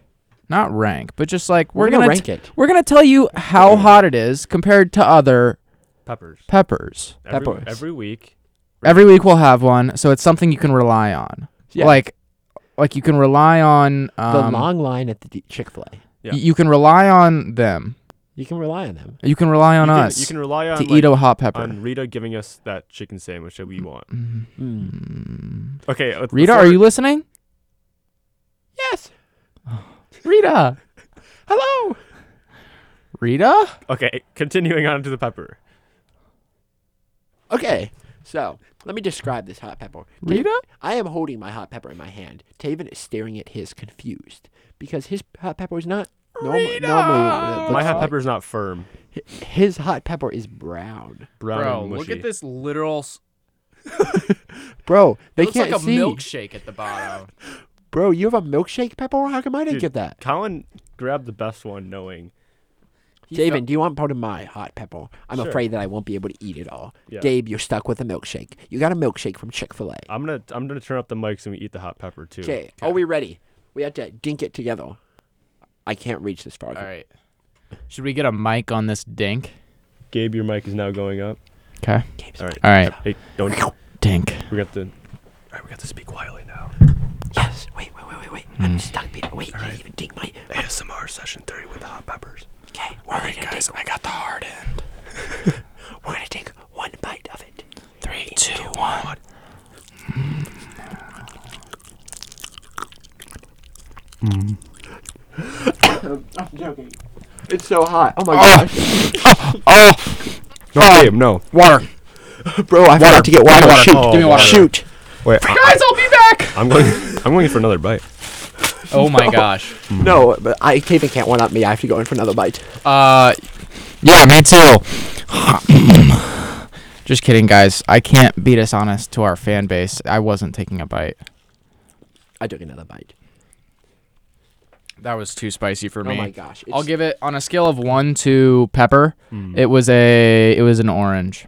Speaker 7: not rank, but just like we're,
Speaker 5: We're gonna
Speaker 7: gonna
Speaker 5: rank
Speaker 7: t-
Speaker 5: it.
Speaker 7: We're gonna tell you how hot it is compared to other
Speaker 4: Peppers.
Speaker 7: peppers.
Speaker 4: Every,
Speaker 5: Peppers.
Speaker 4: every week.
Speaker 7: Every week we'll have one, so it's something you can rely on.
Speaker 5: Yeah.
Speaker 7: Like, like you can rely on
Speaker 5: the
Speaker 7: um,
Speaker 5: long line at the Chick Fil A.
Speaker 4: Yeah.
Speaker 7: y- you can rely on them.
Speaker 5: You can rely on them.
Speaker 7: You can rely on
Speaker 4: you
Speaker 7: us
Speaker 4: Can, you can rely on
Speaker 7: to
Speaker 4: like,
Speaker 7: eat a hot pepper. Mm-hmm.
Speaker 4: on Rita giving us that chicken sandwich that we want.
Speaker 5: Mm.
Speaker 4: Okay, let-
Speaker 7: Rita,
Speaker 4: before-
Speaker 7: are you listening?
Speaker 5: Yes.
Speaker 7: Rita,
Speaker 5: Hello.
Speaker 7: Rita.
Speaker 4: Okay, continuing on to the pepper.
Speaker 5: Okay. So let me describe this hot pepper. Ta-
Speaker 7: Rita?
Speaker 5: I am holding my hot pepper in my hand. Taven is staring at his, confused, because his hot pepper is not normal. normally. uh,
Speaker 4: My hot pepper is not firm.
Speaker 5: His hot pepper is brown,
Speaker 4: Brown
Speaker 7: Bro,
Speaker 4: and
Speaker 7: look
Speaker 4: mushy.
Speaker 7: at this literal. s-
Speaker 5: bro. They
Speaker 7: Looks
Speaker 5: can't
Speaker 7: like a
Speaker 5: see,
Speaker 7: milkshake at the bottom.
Speaker 5: bro. You have a milkshake pepper? How come I didn't get
Speaker 4: Dude,
Speaker 5: that?
Speaker 4: Colin grabbed the best one, knowing.
Speaker 5: David, do you want part of my hot pepper? I'm
Speaker 4: Sure.
Speaker 5: afraid that I won't be able to eat it all.
Speaker 4: Yeah.
Speaker 5: Dave, you're stuck with a milkshake. You got a milkshake from Chick Fil A.
Speaker 4: I'm gonna I'm gonna turn up the mics and we eat the hot pepper too.
Speaker 5: Okay, are we ready? We have to dink it together. I can't reach this far.
Speaker 7: All right. Should we get a mic on this dink?
Speaker 4: Gabe, your mic is now going up.
Speaker 7: Okay.
Speaker 4: All right.
Speaker 7: All right.
Speaker 4: Hey, don't
Speaker 7: Dink.
Speaker 4: we got to. All right, we got to speak quietly now. Hmm.
Speaker 5: Yes. Wait, wait, wait, wait, wait. I'm stuck, Peter. Wait, I didn't even dink my.
Speaker 4: ASMR session three with the hot peppers.
Speaker 5: Okay. All right, guys. I got the hard end. We're gonna take one bite of it. Three, two, one. Mm. I'm joking. It's so hot. Oh my gosh,
Speaker 4: Oh! No, Gabe, no.
Speaker 7: Water.
Speaker 5: bro! I forgot to get water. Shoot!
Speaker 4: Oh,
Speaker 5: Give me water.
Speaker 4: water.
Speaker 5: Shoot!
Speaker 4: Wait, I,
Speaker 7: Guys, I'll be back.
Speaker 4: I'm going. I'm going for another bite.
Speaker 7: Oh my gosh.
Speaker 4: Mm.
Speaker 5: No, but I Taven can't one up me. I have to go in for another bite.
Speaker 7: Uh, yeah, me too. Just kidding, guys. I can't be dishonest to our fan base. I wasn't taking a bite.
Speaker 5: I took another bite.
Speaker 7: That was too spicy for me.
Speaker 5: Oh my gosh! it's-
Speaker 7: I'll
Speaker 5: Hmm.
Speaker 7: give it on a scale of one to pepper. It was a it was an orange.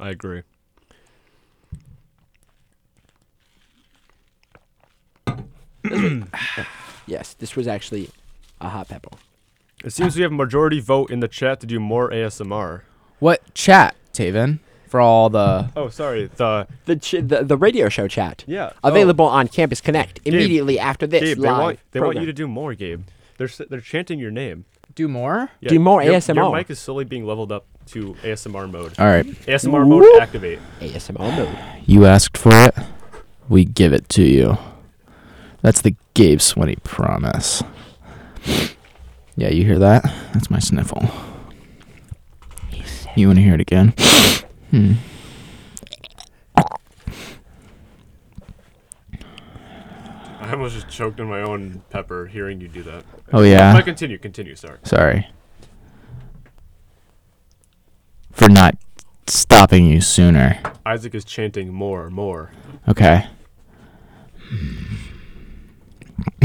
Speaker 4: I agree.
Speaker 5: Yes, this was actually a hot pepper.
Speaker 4: It seems we have a majority vote in the chat to do more ASMR.
Speaker 7: What chat, Taven? For all the
Speaker 4: Oh, sorry. The
Speaker 5: The ch- the, the radio show chat.
Speaker 4: yeah. Oh.
Speaker 5: Available on Campus Connect immediately after this
Speaker 4: Gabe, they
Speaker 5: live.
Speaker 4: want they want
Speaker 5: program.
Speaker 4: you to do more, Gabe. They're s- they're chanting your name.
Speaker 7: do more.
Speaker 4: Yeah,
Speaker 5: Do more
Speaker 4: your, Your
Speaker 5: ASMR.
Speaker 4: mic is slowly being leveled up to ASMR mode.
Speaker 7: All right,
Speaker 4: ASMR mode activate.
Speaker 5: ASMR mode.
Speaker 7: you asked for it, we give it to you. That's the Gabe Sweaty promise. Yeah, you hear that? That's my sniffle. You want to hear it again? Hmm.
Speaker 4: I almost just choked on my own pepper hearing you do that.
Speaker 7: Oh
Speaker 5: Uh.
Speaker 7: yeah.
Speaker 4: But continue, continue. Sorry.
Speaker 7: Sorry. For not stopping you sooner.
Speaker 4: Isaac is chanting more, more.
Speaker 7: Okay.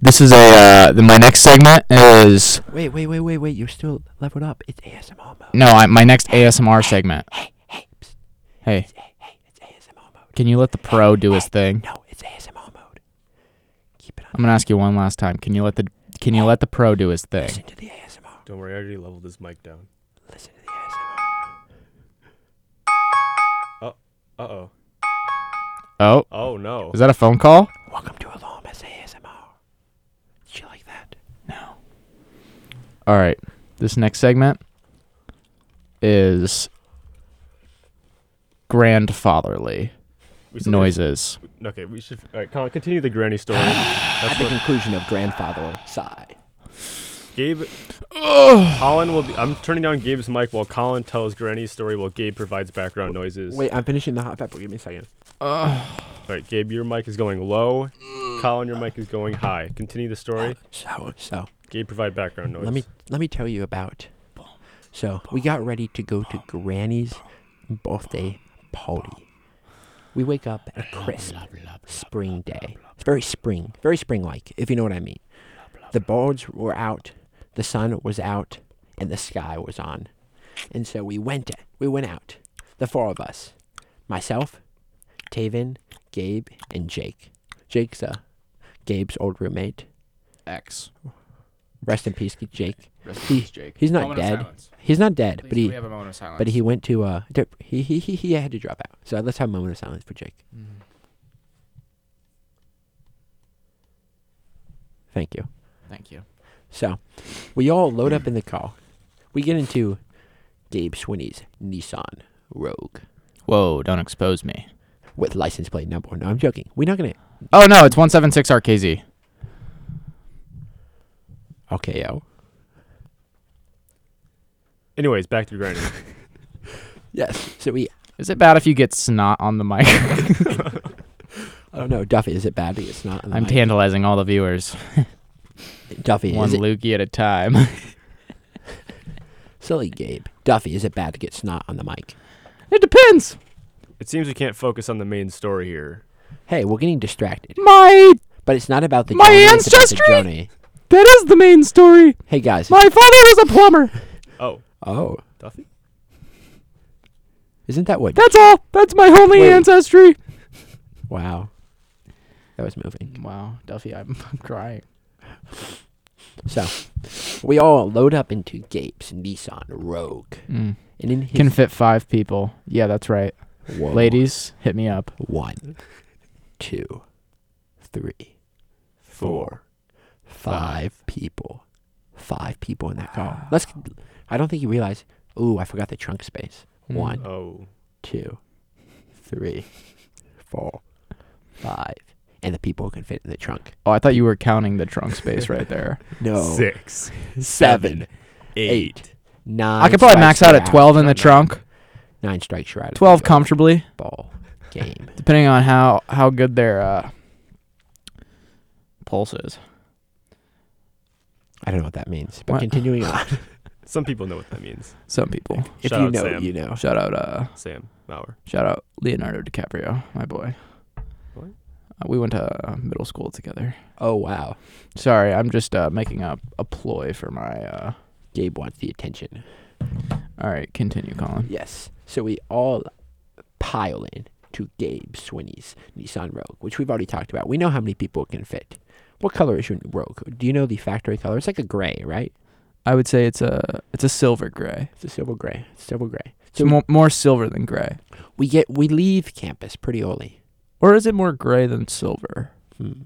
Speaker 7: this is a uh, the, my next segment is
Speaker 5: Wait, wait, wait, wait, wait! You're still leveled up. It's ASMR mode.
Speaker 7: no I, my next ASMR segment. Hey,
Speaker 5: It's ASMR mode.
Speaker 7: can you let the pro do his thing?
Speaker 5: No, it's ASMR mode. Keep it on.
Speaker 7: I'm gonna ask you one last time. Can you let the can you let the pro do his thing?
Speaker 5: Listen to the ASMR.
Speaker 4: Don't worry, I already leveled this mic down.
Speaker 5: Listen to the ASMR.
Speaker 4: Uh oh.
Speaker 7: Oh,
Speaker 4: Oh no.
Speaker 7: is that a phone call?
Speaker 5: Welcome to Alarm as ASMR. Did you like that?
Speaker 7: All right. This next segment is grandfatherly
Speaker 4: We still need-
Speaker 7: noises.
Speaker 4: Okay, we should. All right, Colin, continue the granny story. That's
Speaker 5: The
Speaker 4: what
Speaker 5: conclusion of grandfather sigh.
Speaker 4: Gabe. Colin will. Be, I'm turning down Gabe's mic while Colin tells Granny's story while Gabe provides background noises.
Speaker 5: Wait, I'm finishing the hot pepper. Give me a second.
Speaker 4: All right, Gabe, your mic is going low. Colin, your mic is going high. Continue the story.
Speaker 5: So, so
Speaker 4: Gabe, provide background noise.
Speaker 5: let me let me tell you about. So we got ready to go to Granny's birthday party. We wake up at a crisp spring day. It's very spring, very spring-like, if you know what I mean. The birds were out, the sun was out, and the sky was on. And so we went. We went out. The four of us, myself, Taven, Gabe, and Jake. Jake's uh, Gabe's old roommate.
Speaker 7: X.
Speaker 5: Rest in peace, Jake.
Speaker 7: Rest
Speaker 5: He- He's not dead. He's not dead, but he
Speaker 7: a moment of silence.
Speaker 5: but he went to uh di- he he he, he had to drop out. So let's have a moment of silence for Jake. Thank you.
Speaker 7: Thank you.
Speaker 5: So, we all load up in the car. We get into Gabe Swinney's Nissan Rogue
Speaker 7: Whoa, don't expose me.
Speaker 5: with license plate number. No, I'm joking. We're not gonna.
Speaker 7: Oh no, it's 176 RKZ.
Speaker 5: Okay, yo.
Speaker 4: Anyways, back to granny.
Speaker 5: Yes. So we.
Speaker 7: Is it bad if you get snot on the mic?
Speaker 5: I don't know, Duffy. Is it bad? that It's not. on the
Speaker 7: I'm
Speaker 5: mic?
Speaker 7: tantalizing all the viewers.
Speaker 5: Duffy.
Speaker 7: One
Speaker 5: is it-
Speaker 7: Lukey at a time.
Speaker 5: silly Gabe. Duffy. Is it bad to get snot on the mic?
Speaker 6: It depends.
Speaker 4: it seems we can't focus on the main story here.
Speaker 5: Hey, we're getting distracted.
Speaker 6: My
Speaker 5: But it's not about the
Speaker 6: My
Speaker 5: journey, it's about the
Speaker 6: ancestry?
Speaker 5: journey.
Speaker 6: that is the main story.
Speaker 5: Hey guys.
Speaker 6: My father was a plumber.
Speaker 4: Oh,
Speaker 5: oh,
Speaker 4: Duffy?
Speaker 5: isn't that what?
Speaker 6: That's all. That's my only
Speaker 5: Wait.
Speaker 6: ancestry.
Speaker 5: wow. That was moving.
Speaker 7: wow, Duffy, I'm, I'm crying.
Speaker 5: So, we all load up into Gabe's Nissan Rogue,
Speaker 7: Mm.
Speaker 5: and in his
Speaker 7: Can fit five people. Yeah, that's right.
Speaker 5: Whoa.
Speaker 7: Ladies, hit me up.
Speaker 5: One, two, three,
Speaker 4: Four.
Speaker 5: five people. Five people in that car. Let's. I don't think you realize. Ooh, I forgot the trunk space.
Speaker 7: Mm.
Speaker 5: One,
Speaker 4: Oh.
Speaker 5: two, three, four, five, and the people can fit in the trunk.
Speaker 7: Oh, I thought you were counting the trunk space right there.
Speaker 5: No,
Speaker 4: Six.
Speaker 5: seven,
Speaker 4: Eight.
Speaker 5: nine.
Speaker 7: I could probably
Speaker 5: strikes
Speaker 7: max out
Speaker 5: you're
Speaker 7: at 12 in the trunk.
Speaker 5: Nine strikes you're out. of the
Speaker 7: 12 comfortably,
Speaker 5: ball game.
Speaker 7: depending on how, how good their uh, pulse is.
Speaker 5: I don't know what that means, but
Speaker 7: What?
Speaker 5: continuing on.
Speaker 4: Some people know what that means.
Speaker 7: Some people.
Speaker 5: if
Speaker 4: Shout
Speaker 5: you
Speaker 4: out
Speaker 5: know,
Speaker 4: Sam.
Speaker 5: you know.
Speaker 7: Shout out, uh,
Speaker 4: Sam Maurer.
Speaker 7: shout out Leonardo DiCaprio, my boy.
Speaker 4: Boy?
Speaker 7: Uh, we went to uh, middle school together.
Speaker 5: Oh wow,
Speaker 7: Sorry, I'm just uh, making a, a ploy for my. Uh...
Speaker 5: Gabe wants the attention.
Speaker 7: All right, continue, Colin.
Speaker 5: Yes. So we all pile in to Gabe Swinney's Nissan Rogue, which we've already talked about. We know how many people it can fit. What color is your Rogue? Do you know the factory color? It's like a gray, right?
Speaker 7: I would say it's a it's a silver gray.
Speaker 5: It's a silver gray. It's silver gray.
Speaker 7: It's
Speaker 5: So
Speaker 7: more, more silver than gray,
Speaker 5: we get we leave campus pretty early.
Speaker 7: or is it more gray than silver?
Speaker 5: Hmm.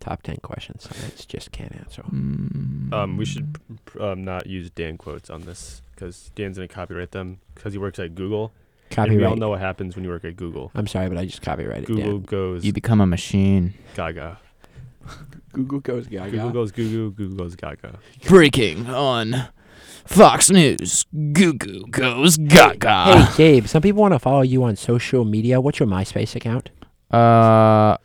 Speaker 5: Top ten questions. It's just can't answer.
Speaker 7: Mm.
Speaker 4: Um, we should p- p- um, not use Dan quotes on this because Dan's going to copyright them because he works at Google. And we all
Speaker 5: Copyright.
Speaker 4: know what happens when you work at Google.
Speaker 5: I'm sorry, but I just copyrighted it.
Speaker 4: Google
Speaker 5: down.
Speaker 4: goes
Speaker 7: You become a machine.
Speaker 4: gaga.
Speaker 5: Google goes gaga.
Speaker 4: Google goes Google. Google goes gaga.
Speaker 7: Breaking on Fox News. Goo goo goes gaga.
Speaker 5: Hey Gabe, some people want to follow you on social media. What's your MySpace account?
Speaker 7: Uh,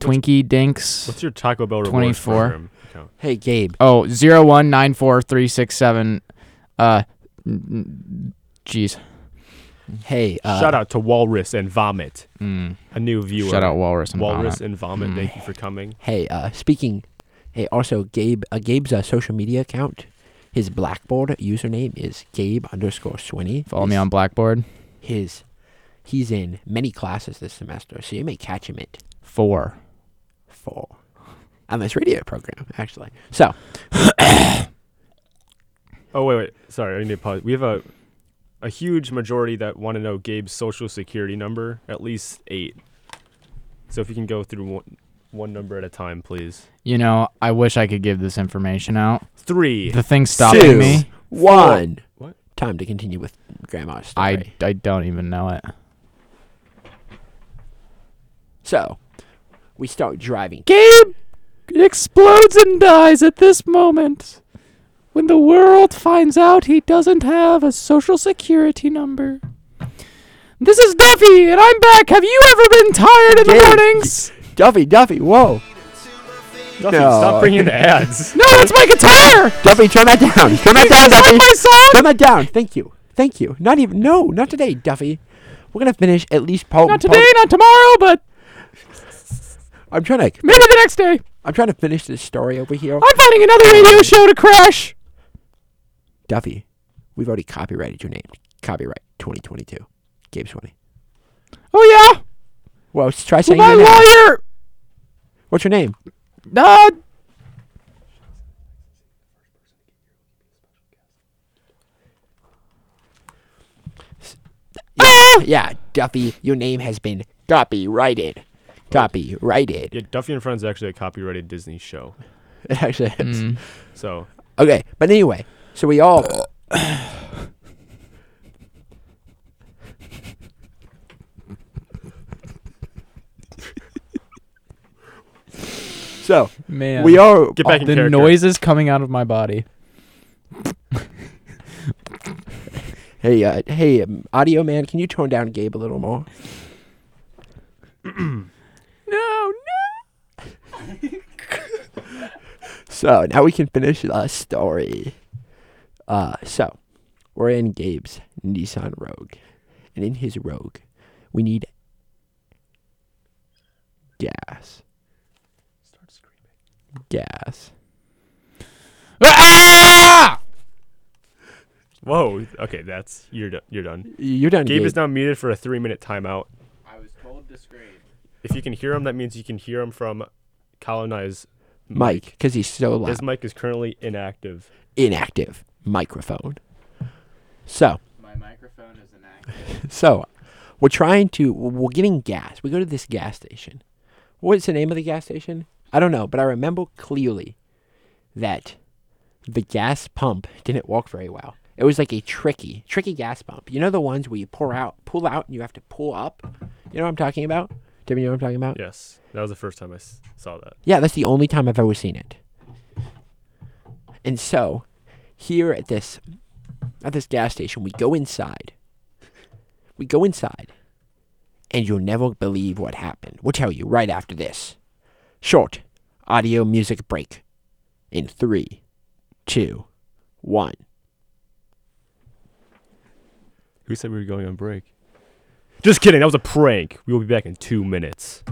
Speaker 7: Twinkie Dinks.
Speaker 4: What's your Taco Bell rewards
Speaker 7: 24.
Speaker 4: program account?
Speaker 5: Hey Gabe,
Speaker 7: Oh, zero one nine four three six seven. Uh, n- n- jeez.
Speaker 5: hey. Uh,
Speaker 4: Shout out to Walrus and Vomit,
Speaker 7: Mm.
Speaker 4: a new viewer.
Speaker 7: Shout out Walrus and
Speaker 4: Walrus
Speaker 7: Vomit.
Speaker 4: and Vomit.
Speaker 7: Mm.
Speaker 4: Thank you for coming.
Speaker 5: Hey, uh, speaking. Hey, also Gabe. Uh, Gabe's uh, social media account. His Blackboard username is Gabe underscore Swinney.
Speaker 7: Follow me
Speaker 5: His-
Speaker 7: on Blackboard.
Speaker 5: his. He's in many classes this semester, so you may catch him at
Speaker 7: Four.
Speaker 5: four on this radio program. Actually, so
Speaker 4: Oh wait, wait. Sorry, I need to pause. We have a a huge majority that want to know Gabe's social security number, at least eight. So if you can go through one, one number at a time, please.
Speaker 7: You know, I wish I could give this information out.
Speaker 4: Three.
Speaker 7: The thing stopping
Speaker 5: Two.
Speaker 7: me,
Speaker 5: one.
Speaker 4: What?
Speaker 5: Time to continue with Grandma's story.
Speaker 7: I, I don't even know it.
Speaker 5: So we start driving.
Speaker 6: Gabe explodes and dies at this moment when the world finds out he doesn't have a social security number. This is Duffy, and I'm back. Have you ever been tired in the
Speaker 5: Gabe,
Speaker 6: mornings?
Speaker 5: Duffy, Duffy, whoa,
Speaker 4: Duffy,
Speaker 5: No.
Speaker 4: stop bringing the ads.
Speaker 6: No, it's my guitar.
Speaker 5: Duffy, turn that down. Turn that down,
Speaker 6: Is that
Speaker 5: Duffy.
Speaker 6: my song?
Speaker 5: Turn that down. Thank you. Thank you. Not even. No, not today, Duffy. We're gonna finish at least Paul.
Speaker 6: Not today, not tomorrow, but
Speaker 5: I'm trying to.
Speaker 6: maybe the next day.
Speaker 5: I'm trying to finish this story over here.
Speaker 6: I'm finding another radio show to crash.
Speaker 5: Duffy, we've already copyrighted your name. Copyright 2022. Gabe Swinney.
Speaker 6: Oh yeah,
Speaker 5: Well, let's try
Speaker 6: well,
Speaker 5: saying
Speaker 6: my
Speaker 5: your name.
Speaker 6: lawyer.
Speaker 5: What's your name?
Speaker 6: Uh, Ah!
Speaker 5: Yeah, Duffy, your name has been copyrighted. Copyrighted.
Speaker 4: Yeah, Duffy and Friends is actually a copyrighted Disney show.
Speaker 5: It actually
Speaker 6: Mm-hmm.
Speaker 5: is.
Speaker 9: Mm.
Speaker 4: So
Speaker 5: Okay, but anyway, so we all. so
Speaker 10: Man.
Speaker 5: we all
Speaker 4: get back in
Speaker 10: the
Speaker 4: character.
Speaker 10: noises coming out of my body.
Speaker 5: Hey, uh, hey, um, audio man, can you tone down Gabe a little more? no, no. so now we can finish the story. Uh, so we're in Gabe's Nissan Rogue, and in his Rogue, we need gas. Start screaming. Gas.
Speaker 10: Ah!
Speaker 4: Whoa. Okay, that's you're do- you're done.
Speaker 5: You're done.
Speaker 4: Gabe
Speaker 5: Gabe
Speaker 4: is now muted for a three minute timeout.
Speaker 2: I was told to scream.
Speaker 4: If you can hear him, that means you can hear him from Colonize.
Speaker 5: Mike, because he's so loud.
Speaker 4: His mic is currently inactive.
Speaker 5: inactive microphone. So,
Speaker 2: My microphone is inactive.
Speaker 5: so we're trying to we're getting gas. We go to this gas station. What's the name of the gas station? I don't know, but I remember clearly that the gas pump didn't work very well. It was like a tricky, tricky gas pump. You know the ones where you pour out, pull out, and you have to pull up. You know what I'm talking about? Timmy, you know what I'm talking about?
Speaker 4: Yes, that was the first time I s- saw that.
Speaker 5: Yeah, that's the only time I've ever seen it. And so, here at this at this gas station, we go inside. We go inside, and you'll never believe what happened. We'll tell you right after this. Short audio music break. In three, two, one.
Speaker 4: Who said we were going on break? Just kidding. That was a prank. We will be back in two minutes.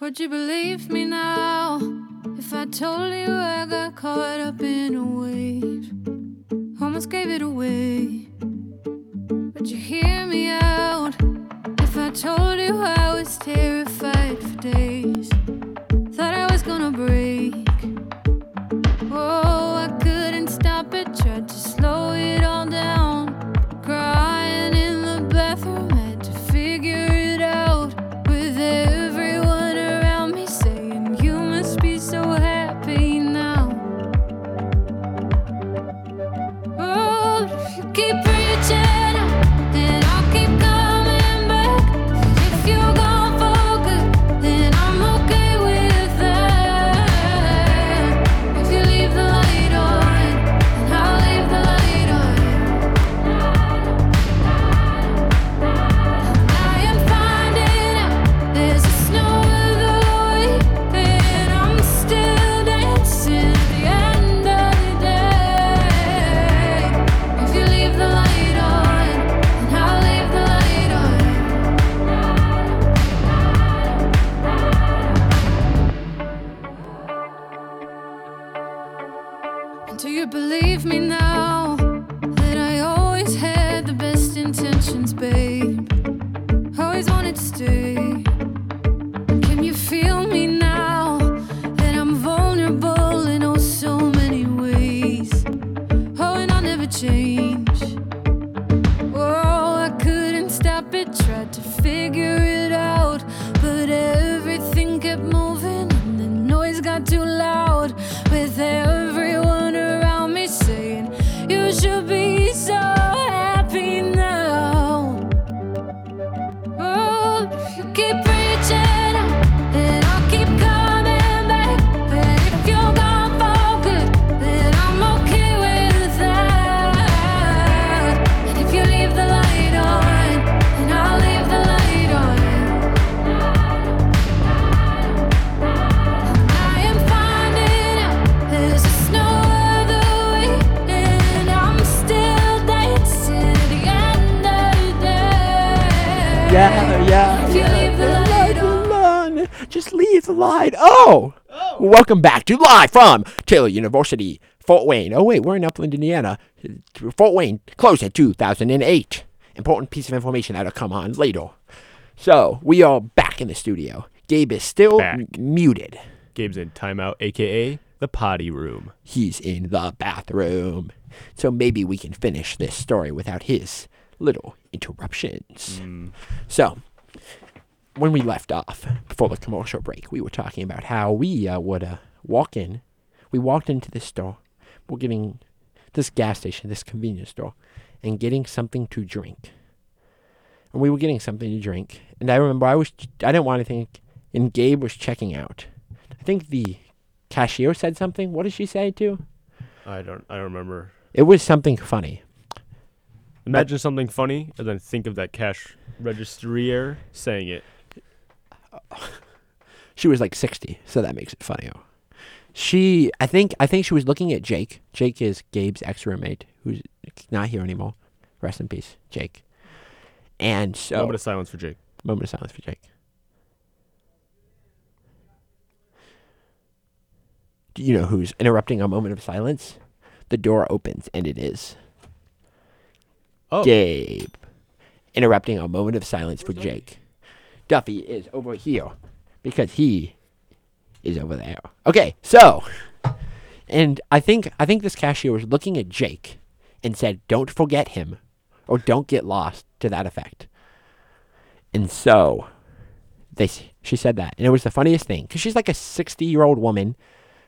Speaker 11: Would you believe me now if I told you I got caught up in a wave? Almost gave it away. Would you hear me out if I told you I was terrified for days? Thought I was gonna break. Oh, I couldn't stop it, tried to slow it all down. Crying in the bathroom, had to figure it out. With everyone around me saying, You must be so happy now. Oh, if you keep preaching, then I'll keep coming back. If you're gone for good, then I'm okay with that. If you leave the light on, then I'll leave the light on. I am finding out there's just no other way, and I'm still dancing at the end of the day. If you leave the light on, then I'll leave the light on. Do you believe me now that I always had the best intentions, babe? Always wanted to stay. Can you feel me now that I'm vulnerable in oh so many ways? Oh, and I'll never change. Oh, I couldn't stop it, tried to figure it out. But everything kept moving, and the noise got too loud. With everyone around me saying, You should be so happy now. Oh, if you keep
Speaker 5: Yeah, yeah.
Speaker 11: If you leave the light on.
Speaker 5: Run. Just leave the light. Oh! Welcome back to Live from Taylor University, Fort Wayne. Oh, wait, we're in Upland, Indiana. Fort Wayne closed in 2008. Important piece of information that'll come on later. So, we are back in the studio. Gabe is still m- muted.
Speaker 4: Gabe's in timeout, aka the potty room.
Speaker 5: He's in the bathroom. So, maybe we can finish this story without his little interruptions. So, when we left off before the commercial break, we were talking about how we uh, would uh, walk in. We walked into this store. We're getting this gas station, this convenience store, and getting something to drink. And we were getting something to drink. And I remember I was I didn't want anything, and Gabe was checking out. I think the cashier said something. What did she say to?
Speaker 4: I don't. I don't remember.
Speaker 5: It was something funny.
Speaker 4: Imagine something funny, and then think of that cash registrier saying it.
Speaker 5: She was like 60, so that makes it funnier. She, I think, I think she was looking at Jake. Jake is Gabe's ex-roommate, who's not here anymore. Rest in peace, Jake. And so,
Speaker 4: Moment of silence for Jake.
Speaker 5: moment of silence for Jake. Do you know who's interrupting a moment of silence? The door opens, and it is
Speaker 4: Oh,
Speaker 5: Gabe, interrupting a moment of silence for Jake. Duffy is over here because he is over there. Okay, so and I think I think this cashier was looking at Jake and said, "Don't forget him, or don't get lost." To that effect. And so they s- she said that, and it was the funniest thing because she's like a sixty-year-old woman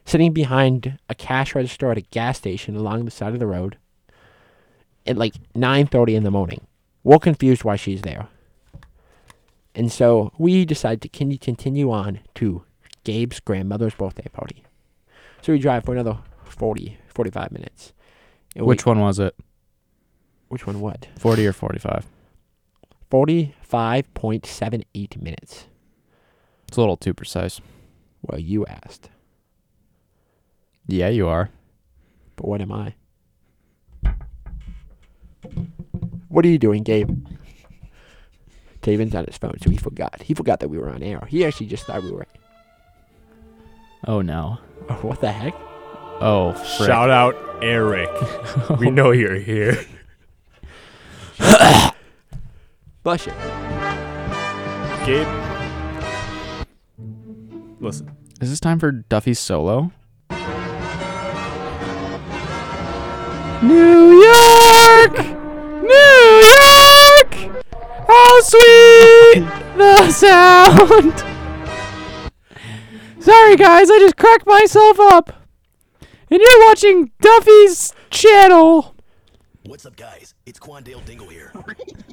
Speaker 5: sitting behind a cash register at a gas station along the side of the road at like 9:30 in the morning. We're confused why she's there. And so we decide to can continue on to Gabe's grandmother's birthday party. So we drive for another 40 45 minutes. And
Speaker 9: Which one was it?
Speaker 5: which one what?
Speaker 9: 40 or 45?
Speaker 5: 45.78 minutes.
Speaker 9: It's a little too precise.
Speaker 5: Well, you asked.
Speaker 9: Yeah, you are.
Speaker 5: But what am I? What are you doing, Gabe? Taven's on his phone, so he forgot. He forgot that we were on air. He actually just thought we were.
Speaker 9: Oh no.
Speaker 5: Oh, what the heck?
Speaker 9: Oh, frick.
Speaker 4: Shout out Eric. we know you're here.
Speaker 5: Blush it.
Speaker 4: Gabe. Listen.
Speaker 9: Is this time for Duffy's solo?
Speaker 10: New York! New York! How sweet the sound! Sorry, guys, I just cracked myself up. And you're watching Duffy's channel.
Speaker 12: What's up, guys? It's Quandale Dingle here.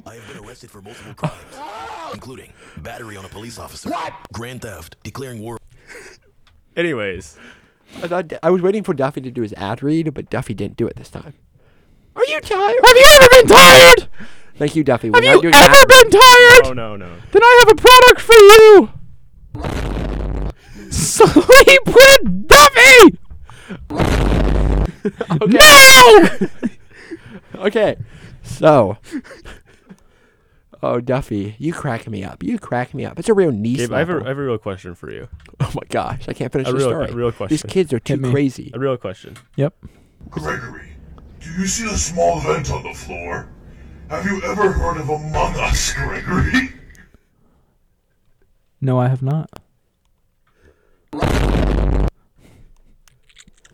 Speaker 12: I have been arrested for multiple crimes, including battery on a police officer, grand theft, declaring war.
Speaker 4: Anyways,
Speaker 5: I thought I was waiting for Duffy to do his ad read, but Duffy didn't do it this time. Are you tired?
Speaker 10: Have you ever been tired?
Speaker 5: Thank you, Duffy. We're
Speaker 10: Have
Speaker 5: not
Speaker 10: you
Speaker 5: doing
Speaker 10: ever
Speaker 5: ad read.
Speaker 10: been tired?
Speaker 4: oh no no.
Speaker 10: Then I have a product for you. Sleep with Duffy! No!
Speaker 5: Okay, so. Oh, Duffy, you crack me up. You crack me up. It's a real niece.
Speaker 4: Gabe, I have, a,
Speaker 5: level.
Speaker 4: I have a real question for you.
Speaker 5: oh my gosh, I can't finish
Speaker 4: a
Speaker 5: the
Speaker 4: real-
Speaker 5: story.
Speaker 4: a real
Speaker 5: These
Speaker 4: question.
Speaker 5: kids are too
Speaker 10: me.
Speaker 5: crazy.
Speaker 4: A real question.
Speaker 10: Yep.
Speaker 13: Gregory, do you see the small vent on the floor? Have you ever heard of Among Us, Gregory?
Speaker 10: No, I have not.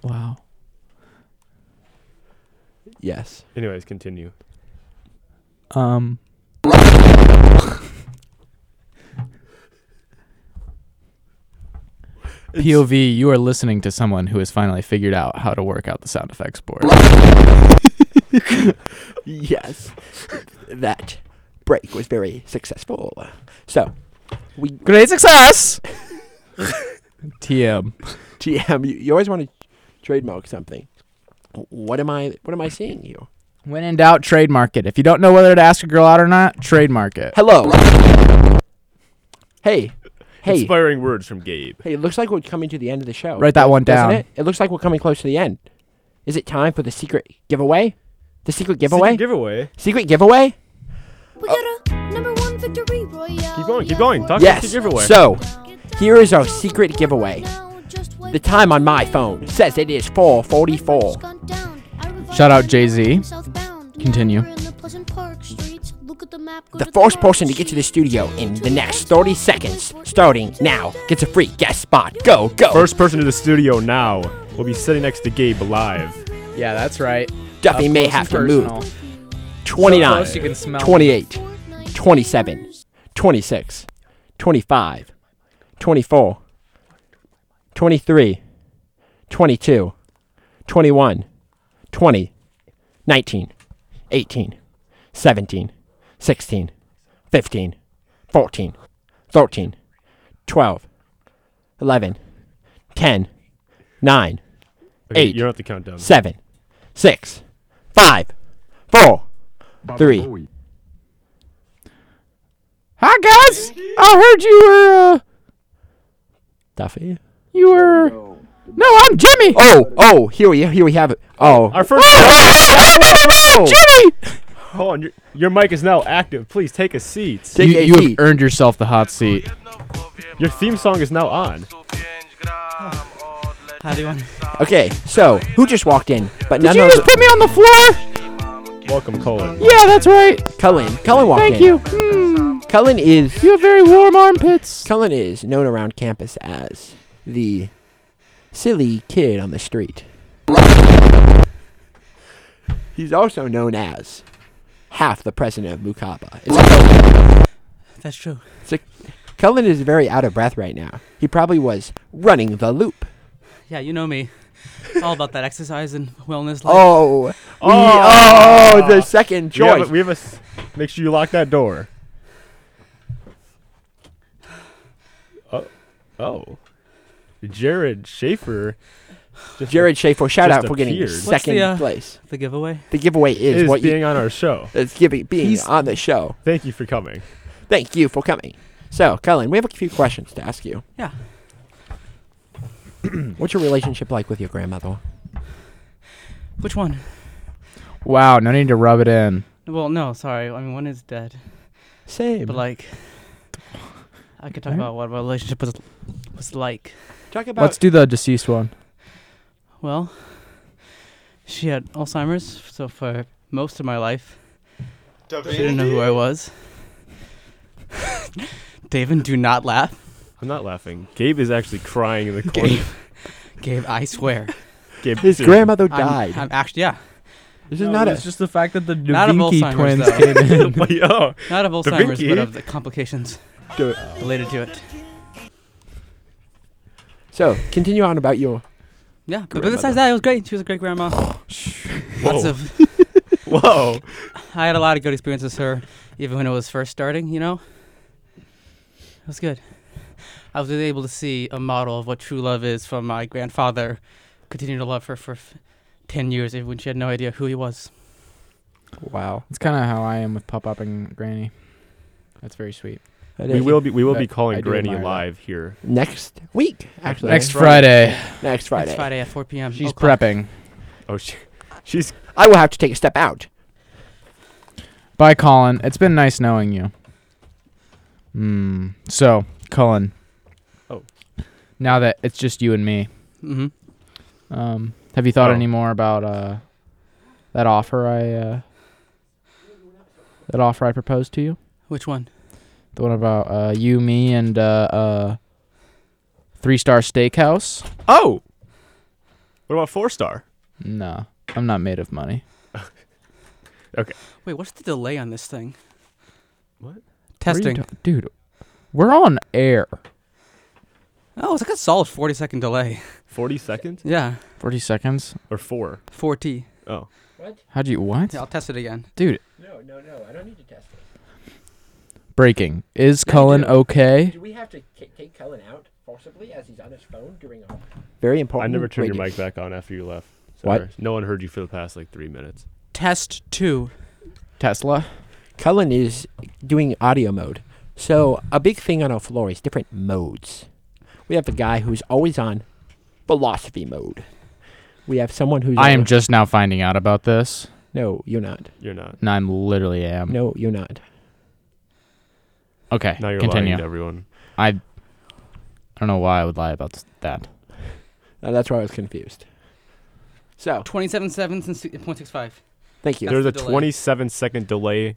Speaker 10: Wow.
Speaker 5: Yes.
Speaker 4: Anyways, continue.
Speaker 10: Um.
Speaker 9: POV, you are listening to someone who has finally figured out how to work out the sound effects board.
Speaker 5: Yes. that break was very successful. So, we
Speaker 9: Great success! TM.
Speaker 5: TM, you, you always want to trademark something. What am I? What am I seeing you?
Speaker 9: When in doubt, trademark it. If you don't know whether to ask a girl out or not, trademark it.
Speaker 5: Hello. hey. Hey.
Speaker 4: Inspiring words from Gabe.
Speaker 5: hey, it looks like we're coming to the end of the show.
Speaker 9: Write that one
Speaker 5: doesn't
Speaker 9: down.
Speaker 5: It? it looks like we're coming close to the end. Is it time for the secret giveaway? The secret giveaway?
Speaker 4: Secret giveaway.
Speaker 5: secret giveaway?
Speaker 11: We got a number one for victory royale.
Speaker 4: Keep going, keep going. Talk about
Speaker 5: yes.
Speaker 4: the giveaway.
Speaker 5: So, here is our secret giveaway. The time on my phone says it is 4:44.
Speaker 7: Shout out Jay Z. Continue.
Speaker 5: The first person to get to the studio in the next 30 seconds, starting now, gets a free guest spot. Go, go.
Speaker 4: First person to the studio now will be sitting next to Gabe live.
Speaker 7: Yeah, that's right.
Speaker 5: Duffy
Speaker 7: Up
Speaker 5: may
Speaker 7: close
Speaker 5: have to
Speaker 7: and
Speaker 5: move.
Speaker 7: personal. So
Speaker 5: 29,
Speaker 7: close you can smell.
Speaker 5: 28, 27, 26, 25, 24, 23, 22, 21, 20, 19, 18, 17, 16, 15, 14, 13, 12, 11, 10, 9,
Speaker 4: Okay,
Speaker 5: 8,
Speaker 4: you don't have to count down.
Speaker 5: 7, 6, 5, 4, 3,
Speaker 14: Hi guys! I heard you were uh,
Speaker 5: Duffy.
Speaker 14: you were No, I'm Jimmy!
Speaker 5: Oh, oh, here we here we have it. Oh,
Speaker 4: Our first.
Speaker 14: Oh, Jimmy!
Speaker 4: Hold on, your, your mic is now active. Please take a seat.
Speaker 7: You, you have earned yourself the hot seat.
Speaker 4: Your theme song is now on.
Speaker 3: How do you want?
Speaker 5: Okay, so who just walked in? But
Speaker 14: Did
Speaker 5: none
Speaker 14: you
Speaker 5: of
Speaker 14: just put me on the floor?
Speaker 4: Welcome, Colin.
Speaker 14: Yeah, that's right.
Speaker 5: Cullen. Cullen walked
Speaker 14: Thank
Speaker 5: in.
Speaker 14: you. Hmm.
Speaker 5: Cullen is.
Speaker 14: You have very warm armpits.
Speaker 5: Cullen is known around campus as the silly kid on the street. He's also known as half the president of Mukaba.
Speaker 3: That's true.
Speaker 5: So Cullen is very out of breath right now. He probably was running the loop.
Speaker 3: Yeah, you know me. It's all about that exercise and wellness. Life.
Speaker 5: Oh, we- oh, the second
Speaker 4: We have,
Speaker 5: choice.
Speaker 4: a, we have a s- Make sure you lock that door. Oh, oh. Jared Schaefer. just
Speaker 5: Jared Schaefer, shout
Speaker 4: just
Speaker 5: out for getting
Speaker 4: appeared.
Speaker 3: What's
Speaker 5: second
Speaker 3: the, uh,
Speaker 5: place.
Speaker 3: The giveaway.
Speaker 5: The giveaway is,
Speaker 4: Is
Speaker 5: what
Speaker 4: being
Speaker 5: you,
Speaker 4: on our show.
Speaker 5: It's giving being
Speaker 4: He's-
Speaker 5: on the show.
Speaker 4: Thank you for coming.
Speaker 5: Thank you for coming. So, Cullen, we have a few questions to ask you.
Speaker 3: Yeah.
Speaker 5: What's your relationship like with your grandmother?
Speaker 3: Which one?
Speaker 7: Wow, no need to rub it in.
Speaker 3: Well, no, sorry. I mean, one is dead.
Speaker 5: Same.
Speaker 3: But like, I could talk
Speaker 7: Alright.
Speaker 3: about what my relationship was was like.
Speaker 5: Talk
Speaker 7: Let's do the deceased one.
Speaker 3: Well, she had Alzheimer's, so for most of my life, she didn't know who I was. David, do not laugh.
Speaker 4: I'm not laughing. Gabe is actually crying in the corner.
Speaker 3: Gabe, Gabe, I swear.
Speaker 4: Gabe,
Speaker 5: His
Speaker 4: dude.
Speaker 5: grandmother
Speaker 3: I'm-
Speaker 5: died.
Speaker 3: I'm, actually, yeah.
Speaker 5: this is not a.
Speaker 7: it's just the fact that the
Speaker 3: Not of
Speaker 7: Novinky
Speaker 3: Alzheimer's,
Speaker 7: twins
Speaker 3: though.
Speaker 7: came in.
Speaker 4: But, yo,
Speaker 3: Not of Alzheimer's,
Speaker 4: Vinci.
Speaker 3: but of the complications
Speaker 5: Do it.
Speaker 3: related to it.
Speaker 5: So, continue on about your.
Speaker 3: Yeah, but besides that, it was great. She was a great grandma. Lots
Speaker 4: Whoa.
Speaker 3: of.
Speaker 4: Whoa.
Speaker 3: I had a lot of good experiences with her, even when it was first starting. You know, it was good. I was able to see a model of what true love is from my grandfather. Continued to love her for f- ten years, even when she had no idea who he was.
Speaker 5: Wow.
Speaker 7: That's kind of how I am with Pop Up and Granny. That's very sweet.
Speaker 4: We will be we will be
Speaker 7: But
Speaker 4: calling
Speaker 7: I do
Speaker 4: Granny
Speaker 7: admire that.
Speaker 4: live here.
Speaker 5: Next week, actually.
Speaker 7: Next Friday.
Speaker 5: Next Friday.
Speaker 3: Next Friday at 4 p.m.
Speaker 7: She's
Speaker 3: Oak Park.
Speaker 7: prepping.
Speaker 4: Oh, she, she's
Speaker 5: I will have to take a step out.
Speaker 7: Bye, Colin. It's been nice knowing you. Mm. So, Colin.
Speaker 4: Oh.
Speaker 7: Now that it's just you and me,
Speaker 3: Mhm.
Speaker 7: um, have you thought
Speaker 4: Oh.
Speaker 7: any more about uh, that offer I uh, that offer I proposed to you?
Speaker 3: Which one?
Speaker 7: The one about uh, you, me, and uh, uh, three star steakhouse?
Speaker 4: oh. What about four star?
Speaker 7: No, I'm not made of money.
Speaker 3: Wait, what's the delay on this thing?
Speaker 4: What? What
Speaker 7: What are you
Speaker 3: Testing.
Speaker 7: ta- dude. We're on air.
Speaker 3: oh, it's like a solid 40 second delay.
Speaker 4: Forty seconds
Speaker 3: Yeah,
Speaker 7: Forty seconds.
Speaker 4: or four?
Speaker 3: 4T.
Speaker 4: Oh,
Speaker 7: How do you what?
Speaker 3: Yeah, I'll test it again.
Speaker 7: Dude,
Speaker 5: No, no, no. I don't need to test it.
Speaker 7: breaking. Is Cullen okay?
Speaker 5: Do we have to take Cullen out forcibly as he's on his phone during our. Very
Speaker 7: Oh,
Speaker 4: I
Speaker 5: important.
Speaker 4: never turned your
Speaker 5: radio.
Speaker 4: mic back on after you left.
Speaker 5: What?
Speaker 4: Sorry. No one heard you for the past like three minutes.
Speaker 3: Test two.
Speaker 7: Tesla.
Speaker 5: Cullen is doing audio mode. So
Speaker 4: Hmm.
Speaker 5: a big thing on our floor is different modes. We have a guy who's always on philosophy mode. We have someone who's
Speaker 7: I am
Speaker 5: on-
Speaker 7: just now finding out about this.
Speaker 5: No, you're not.
Speaker 4: You're not.
Speaker 7: And I'm literally am.
Speaker 5: No, you're not.
Speaker 7: Okay.
Speaker 4: Now you're
Speaker 7: continue.
Speaker 4: lying to everyone.
Speaker 7: I, I don't know why I would lie about s- that.
Speaker 5: Uh, that's why I was confused. So
Speaker 3: 27 seconds and si- 0.65.
Speaker 5: Thank
Speaker 4: There's a 27 second delay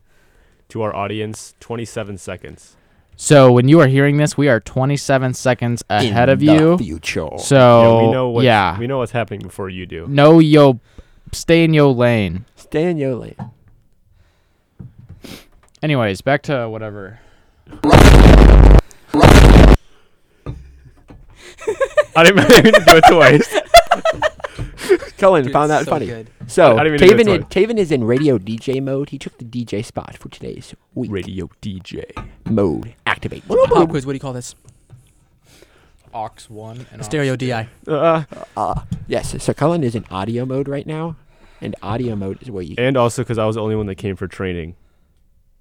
Speaker 4: to our audience. 27 seconds.
Speaker 7: So when you are hearing this, we are 27 seconds ahead of you. So
Speaker 4: yeah, we know what's,
Speaker 7: yeah.
Speaker 4: we know what's happening before you do.
Speaker 7: No, yo, stay in yo lane.
Speaker 5: Stay in your lane.
Speaker 7: Anyways, back to whatever.
Speaker 4: I didn't mean to do it twice.
Speaker 5: Cullen
Speaker 4: Dude,
Speaker 5: found that
Speaker 4: so
Speaker 5: funny.
Speaker 4: good.
Speaker 5: So
Speaker 4: I didn't mean to do
Speaker 5: Taven,
Speaker 4: it
Speaker 5: is, Taven is in radio DJ mode. He took the DJ spot for today's week.
Speaker 4: Radio DJ
Speaker 5: mode activate.
Speaker 3: Pop quiz. What do you call this?
Speaker 7: Ox one and
Speaker 3: Stereo DI.
Speaker 4: Uh,
Speaker 5: yes. So Cullen is in audio mode right now, and audio mode is where you.
Speaker 4: And also because I was the only one that came for training.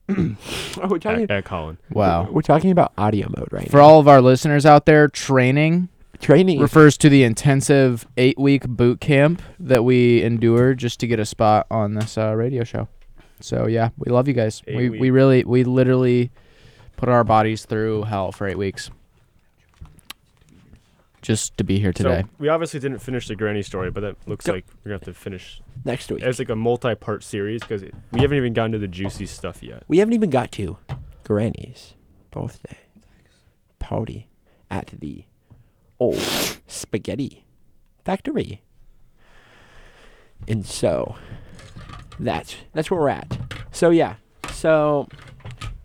Speaker 5: Oh, we're talking-
Speaker 4: at, at Colin.
Speaker 7: Wow.
Speaker 5: We're talking about audio mode right
Speaker 7: For all of our listeners out there, training
Speaker 5: Training is-
Speaker 7: refers to the intensive eight week boot camp that we endure just to get a spot on this uh, radio show. So yeah, we love you guys.
Speaker 4: Eight
Speaker 7: we we
Speaker 4: weeks.
Speaker 7: really we literally put our bodies through hell for eight weeks just to be here today.
Speaker 4: So we obviously didn't finish the granny story, but that looks like we're gonna have to finish
Speaker 5: Next week.
Speaker 4: It's like a multi-part series because we haven't even gotten to the juicy stuff yet.
Speaker 5: We haven't even got to Granny's birthday party at the old spaghetti factory. And so that's that's where we're at. So yeah. So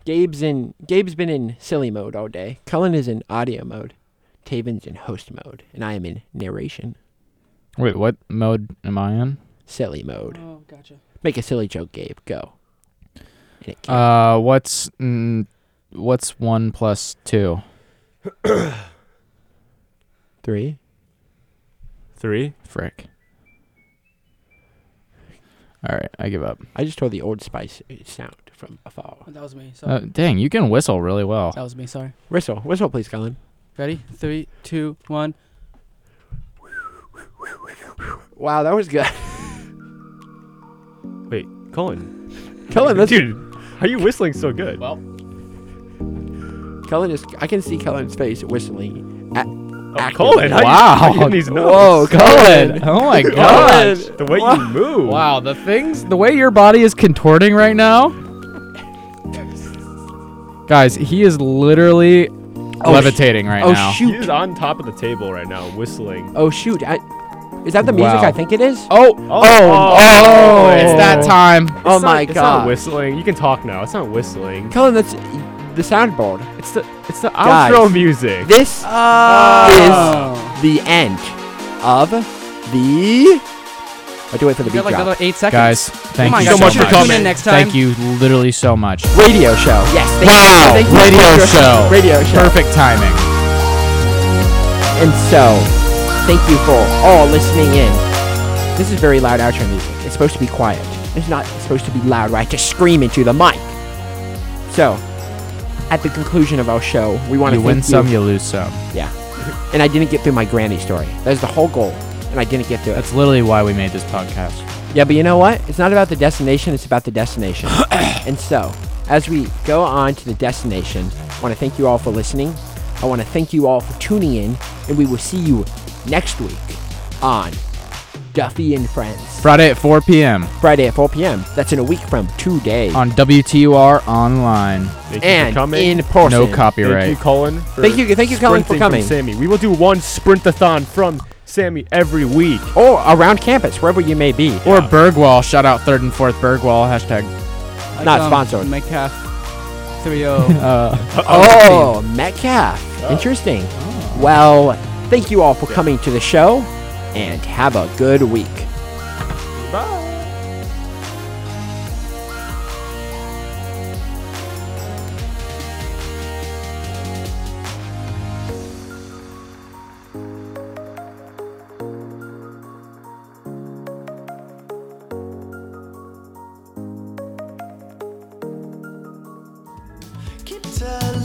Speaker 5: Gabe's in Gabe's been in silly mode all day. Cullen is in audio mode. Taven's in host mode. And I am in narration.
Speaker 7: Wait, what mode am I in?
Speaker 5: Silly mode.
Speaker 3: Oh, gotcha.
Speaker 5: Make a silly joke, Gabe. Go. And it
Speaker 7: Uh, what's mm, what's one plus two?
Speaker 5: Three.
Speaker 4: Three.
Speaker 7: Frick. All right, I give up.
Speaker 5: I just heard the Old Spice sound from afar.
Speaker 3: Oh, That was me. Sorry.
Speaker 7: Uh, dang, you can whistle really well.
Speaker 3: that was me. Sorry.
Speaker 5: Whistle, whistle, please, Colin.
Speaker 3: Ready? Three, two, one.
Speaker 5: Wow, that was good.
Speaker 4: Wait, Colin.
Speaker 5: Cullen, that's-
Speaker 4: dude. How are you whistling so good?
Speaker 7: Well,
Speaker 5: Cullen is. I can see Cullen's face whistling. At, oh,
Speaker 4: Colin, how you- how you getting these notes?
Speaker 5: Whoa, Cullen.
Speaker 7: Cullen. Oh my
Speaker 5: Cullen.
Speaker 7: gosh.
Speaker 4: the way you move.
Speaker 7: Wow, the things, the way your body is contorting right now. Guys, he is literally
Speaker 3: Oh,
Speaker 7: levitating right now.
Speaker 4: He is on top of the table right now, whistling.
Speaker 5: Oh shoot! I, is that the music
Speaker 7: Wow.
Speaker 5: I think it is?
Speaker 7: Oh!
Speaker 4: Oh!
Speaker 7: oh, it's that time.
Speaker 4: It's
Speaker 5: Oh
Speaker 4: not-
Speaker 5: my
Speaker 4: it's
Speaker 5: god!
Speaker 4: not whistling. You can talk now. It's not whistling.
Speaker 5: Cullen, that's the soundboard.
Speaker 4: It's the it's the
Speaker 5: Guys,
Speaker 4: outro music.
Speaker 5: This
Speaker 4: Oh.
Speaker 5: is the end of the. I have to wait for the
Speaker 3: You
Speaker 5: beat
Speaker 3: got like
Speaker 5: drop.
Speaker 3: another eight seconds.
Speaker 7: Guys, thank
Speaker 3: Come
Speaker 7: you
Speaker 3: on, guys,
Speaker 7: so much
Speaker 3: Oh you should
Speaker 7: for
Speaker 3: tune in
Speaker 7: coming.
Speaker 3: next
Speaker 7: Thank
Speaker 3: time.
Speaker 7: you literally so much.
Speaker 5: radio show. Yes. thank you.
Speaker 7: Wow,
Speaker 5: Thank you.
Speaker 7: radio show.
Speaker 5: Radio show.
Speaker 7: Perfect timing.
Speaker 5: And so, thank you for all listening in. This is very loud outro music. It's supposed to be quiet. It's not supposed to be loud, right? Just scream into the mic. So, at the conclusion of our show, we want to
Speaker 7: You win
Speaker 5: thank
Speaker 7: some, you lose some.
Speaker 5: Yeah. And I didn't get through my granny story. That was the whole goal, and I didn't get through it.
Speaker 7: That's literally why we made this podcast.
Speaker 5: Yeah, but you know what? It's not about the destination, it's about the destination. and so, as we go on to the destination, I want to thank you all for listening. I want to thank you all for tuning in, and we will see you next week on Duffy and Friends.
Speaker 7: Friday at 4 p.m.
Speaker 5: Friday at 4 p.m. That's in a week from today.
Speaker 7: on WTUR online.
Speaker 4: Thank
Speaker 5: and in person.
Speaker 7: No copyright.
Speaker 4: Thank you, Colin. for
Speaker 5: Thank you- thank you, Colin, for
Speaker 4: sprinting from
Speaker 5: coming.
Speaker 4: Sammy. We will do one sprint-a-thon from Sammy every week.
Speaker 5: Or around campus, wherever you may be.
Speaker 7: Or Bergwall. Shout out third and fourth Bergwall. Hashtag.
Speaker 5: Not sponsored.
Speaker 3: um, Metcalf 30.
Speaker 7: Uh,
Speaker 5: Oh, Metcalf.
Speaker 7: Oh.
Speaker 5: Interesting. Well, thank you all for coming to the show, and have a good week.
Speaker 6: Keep telling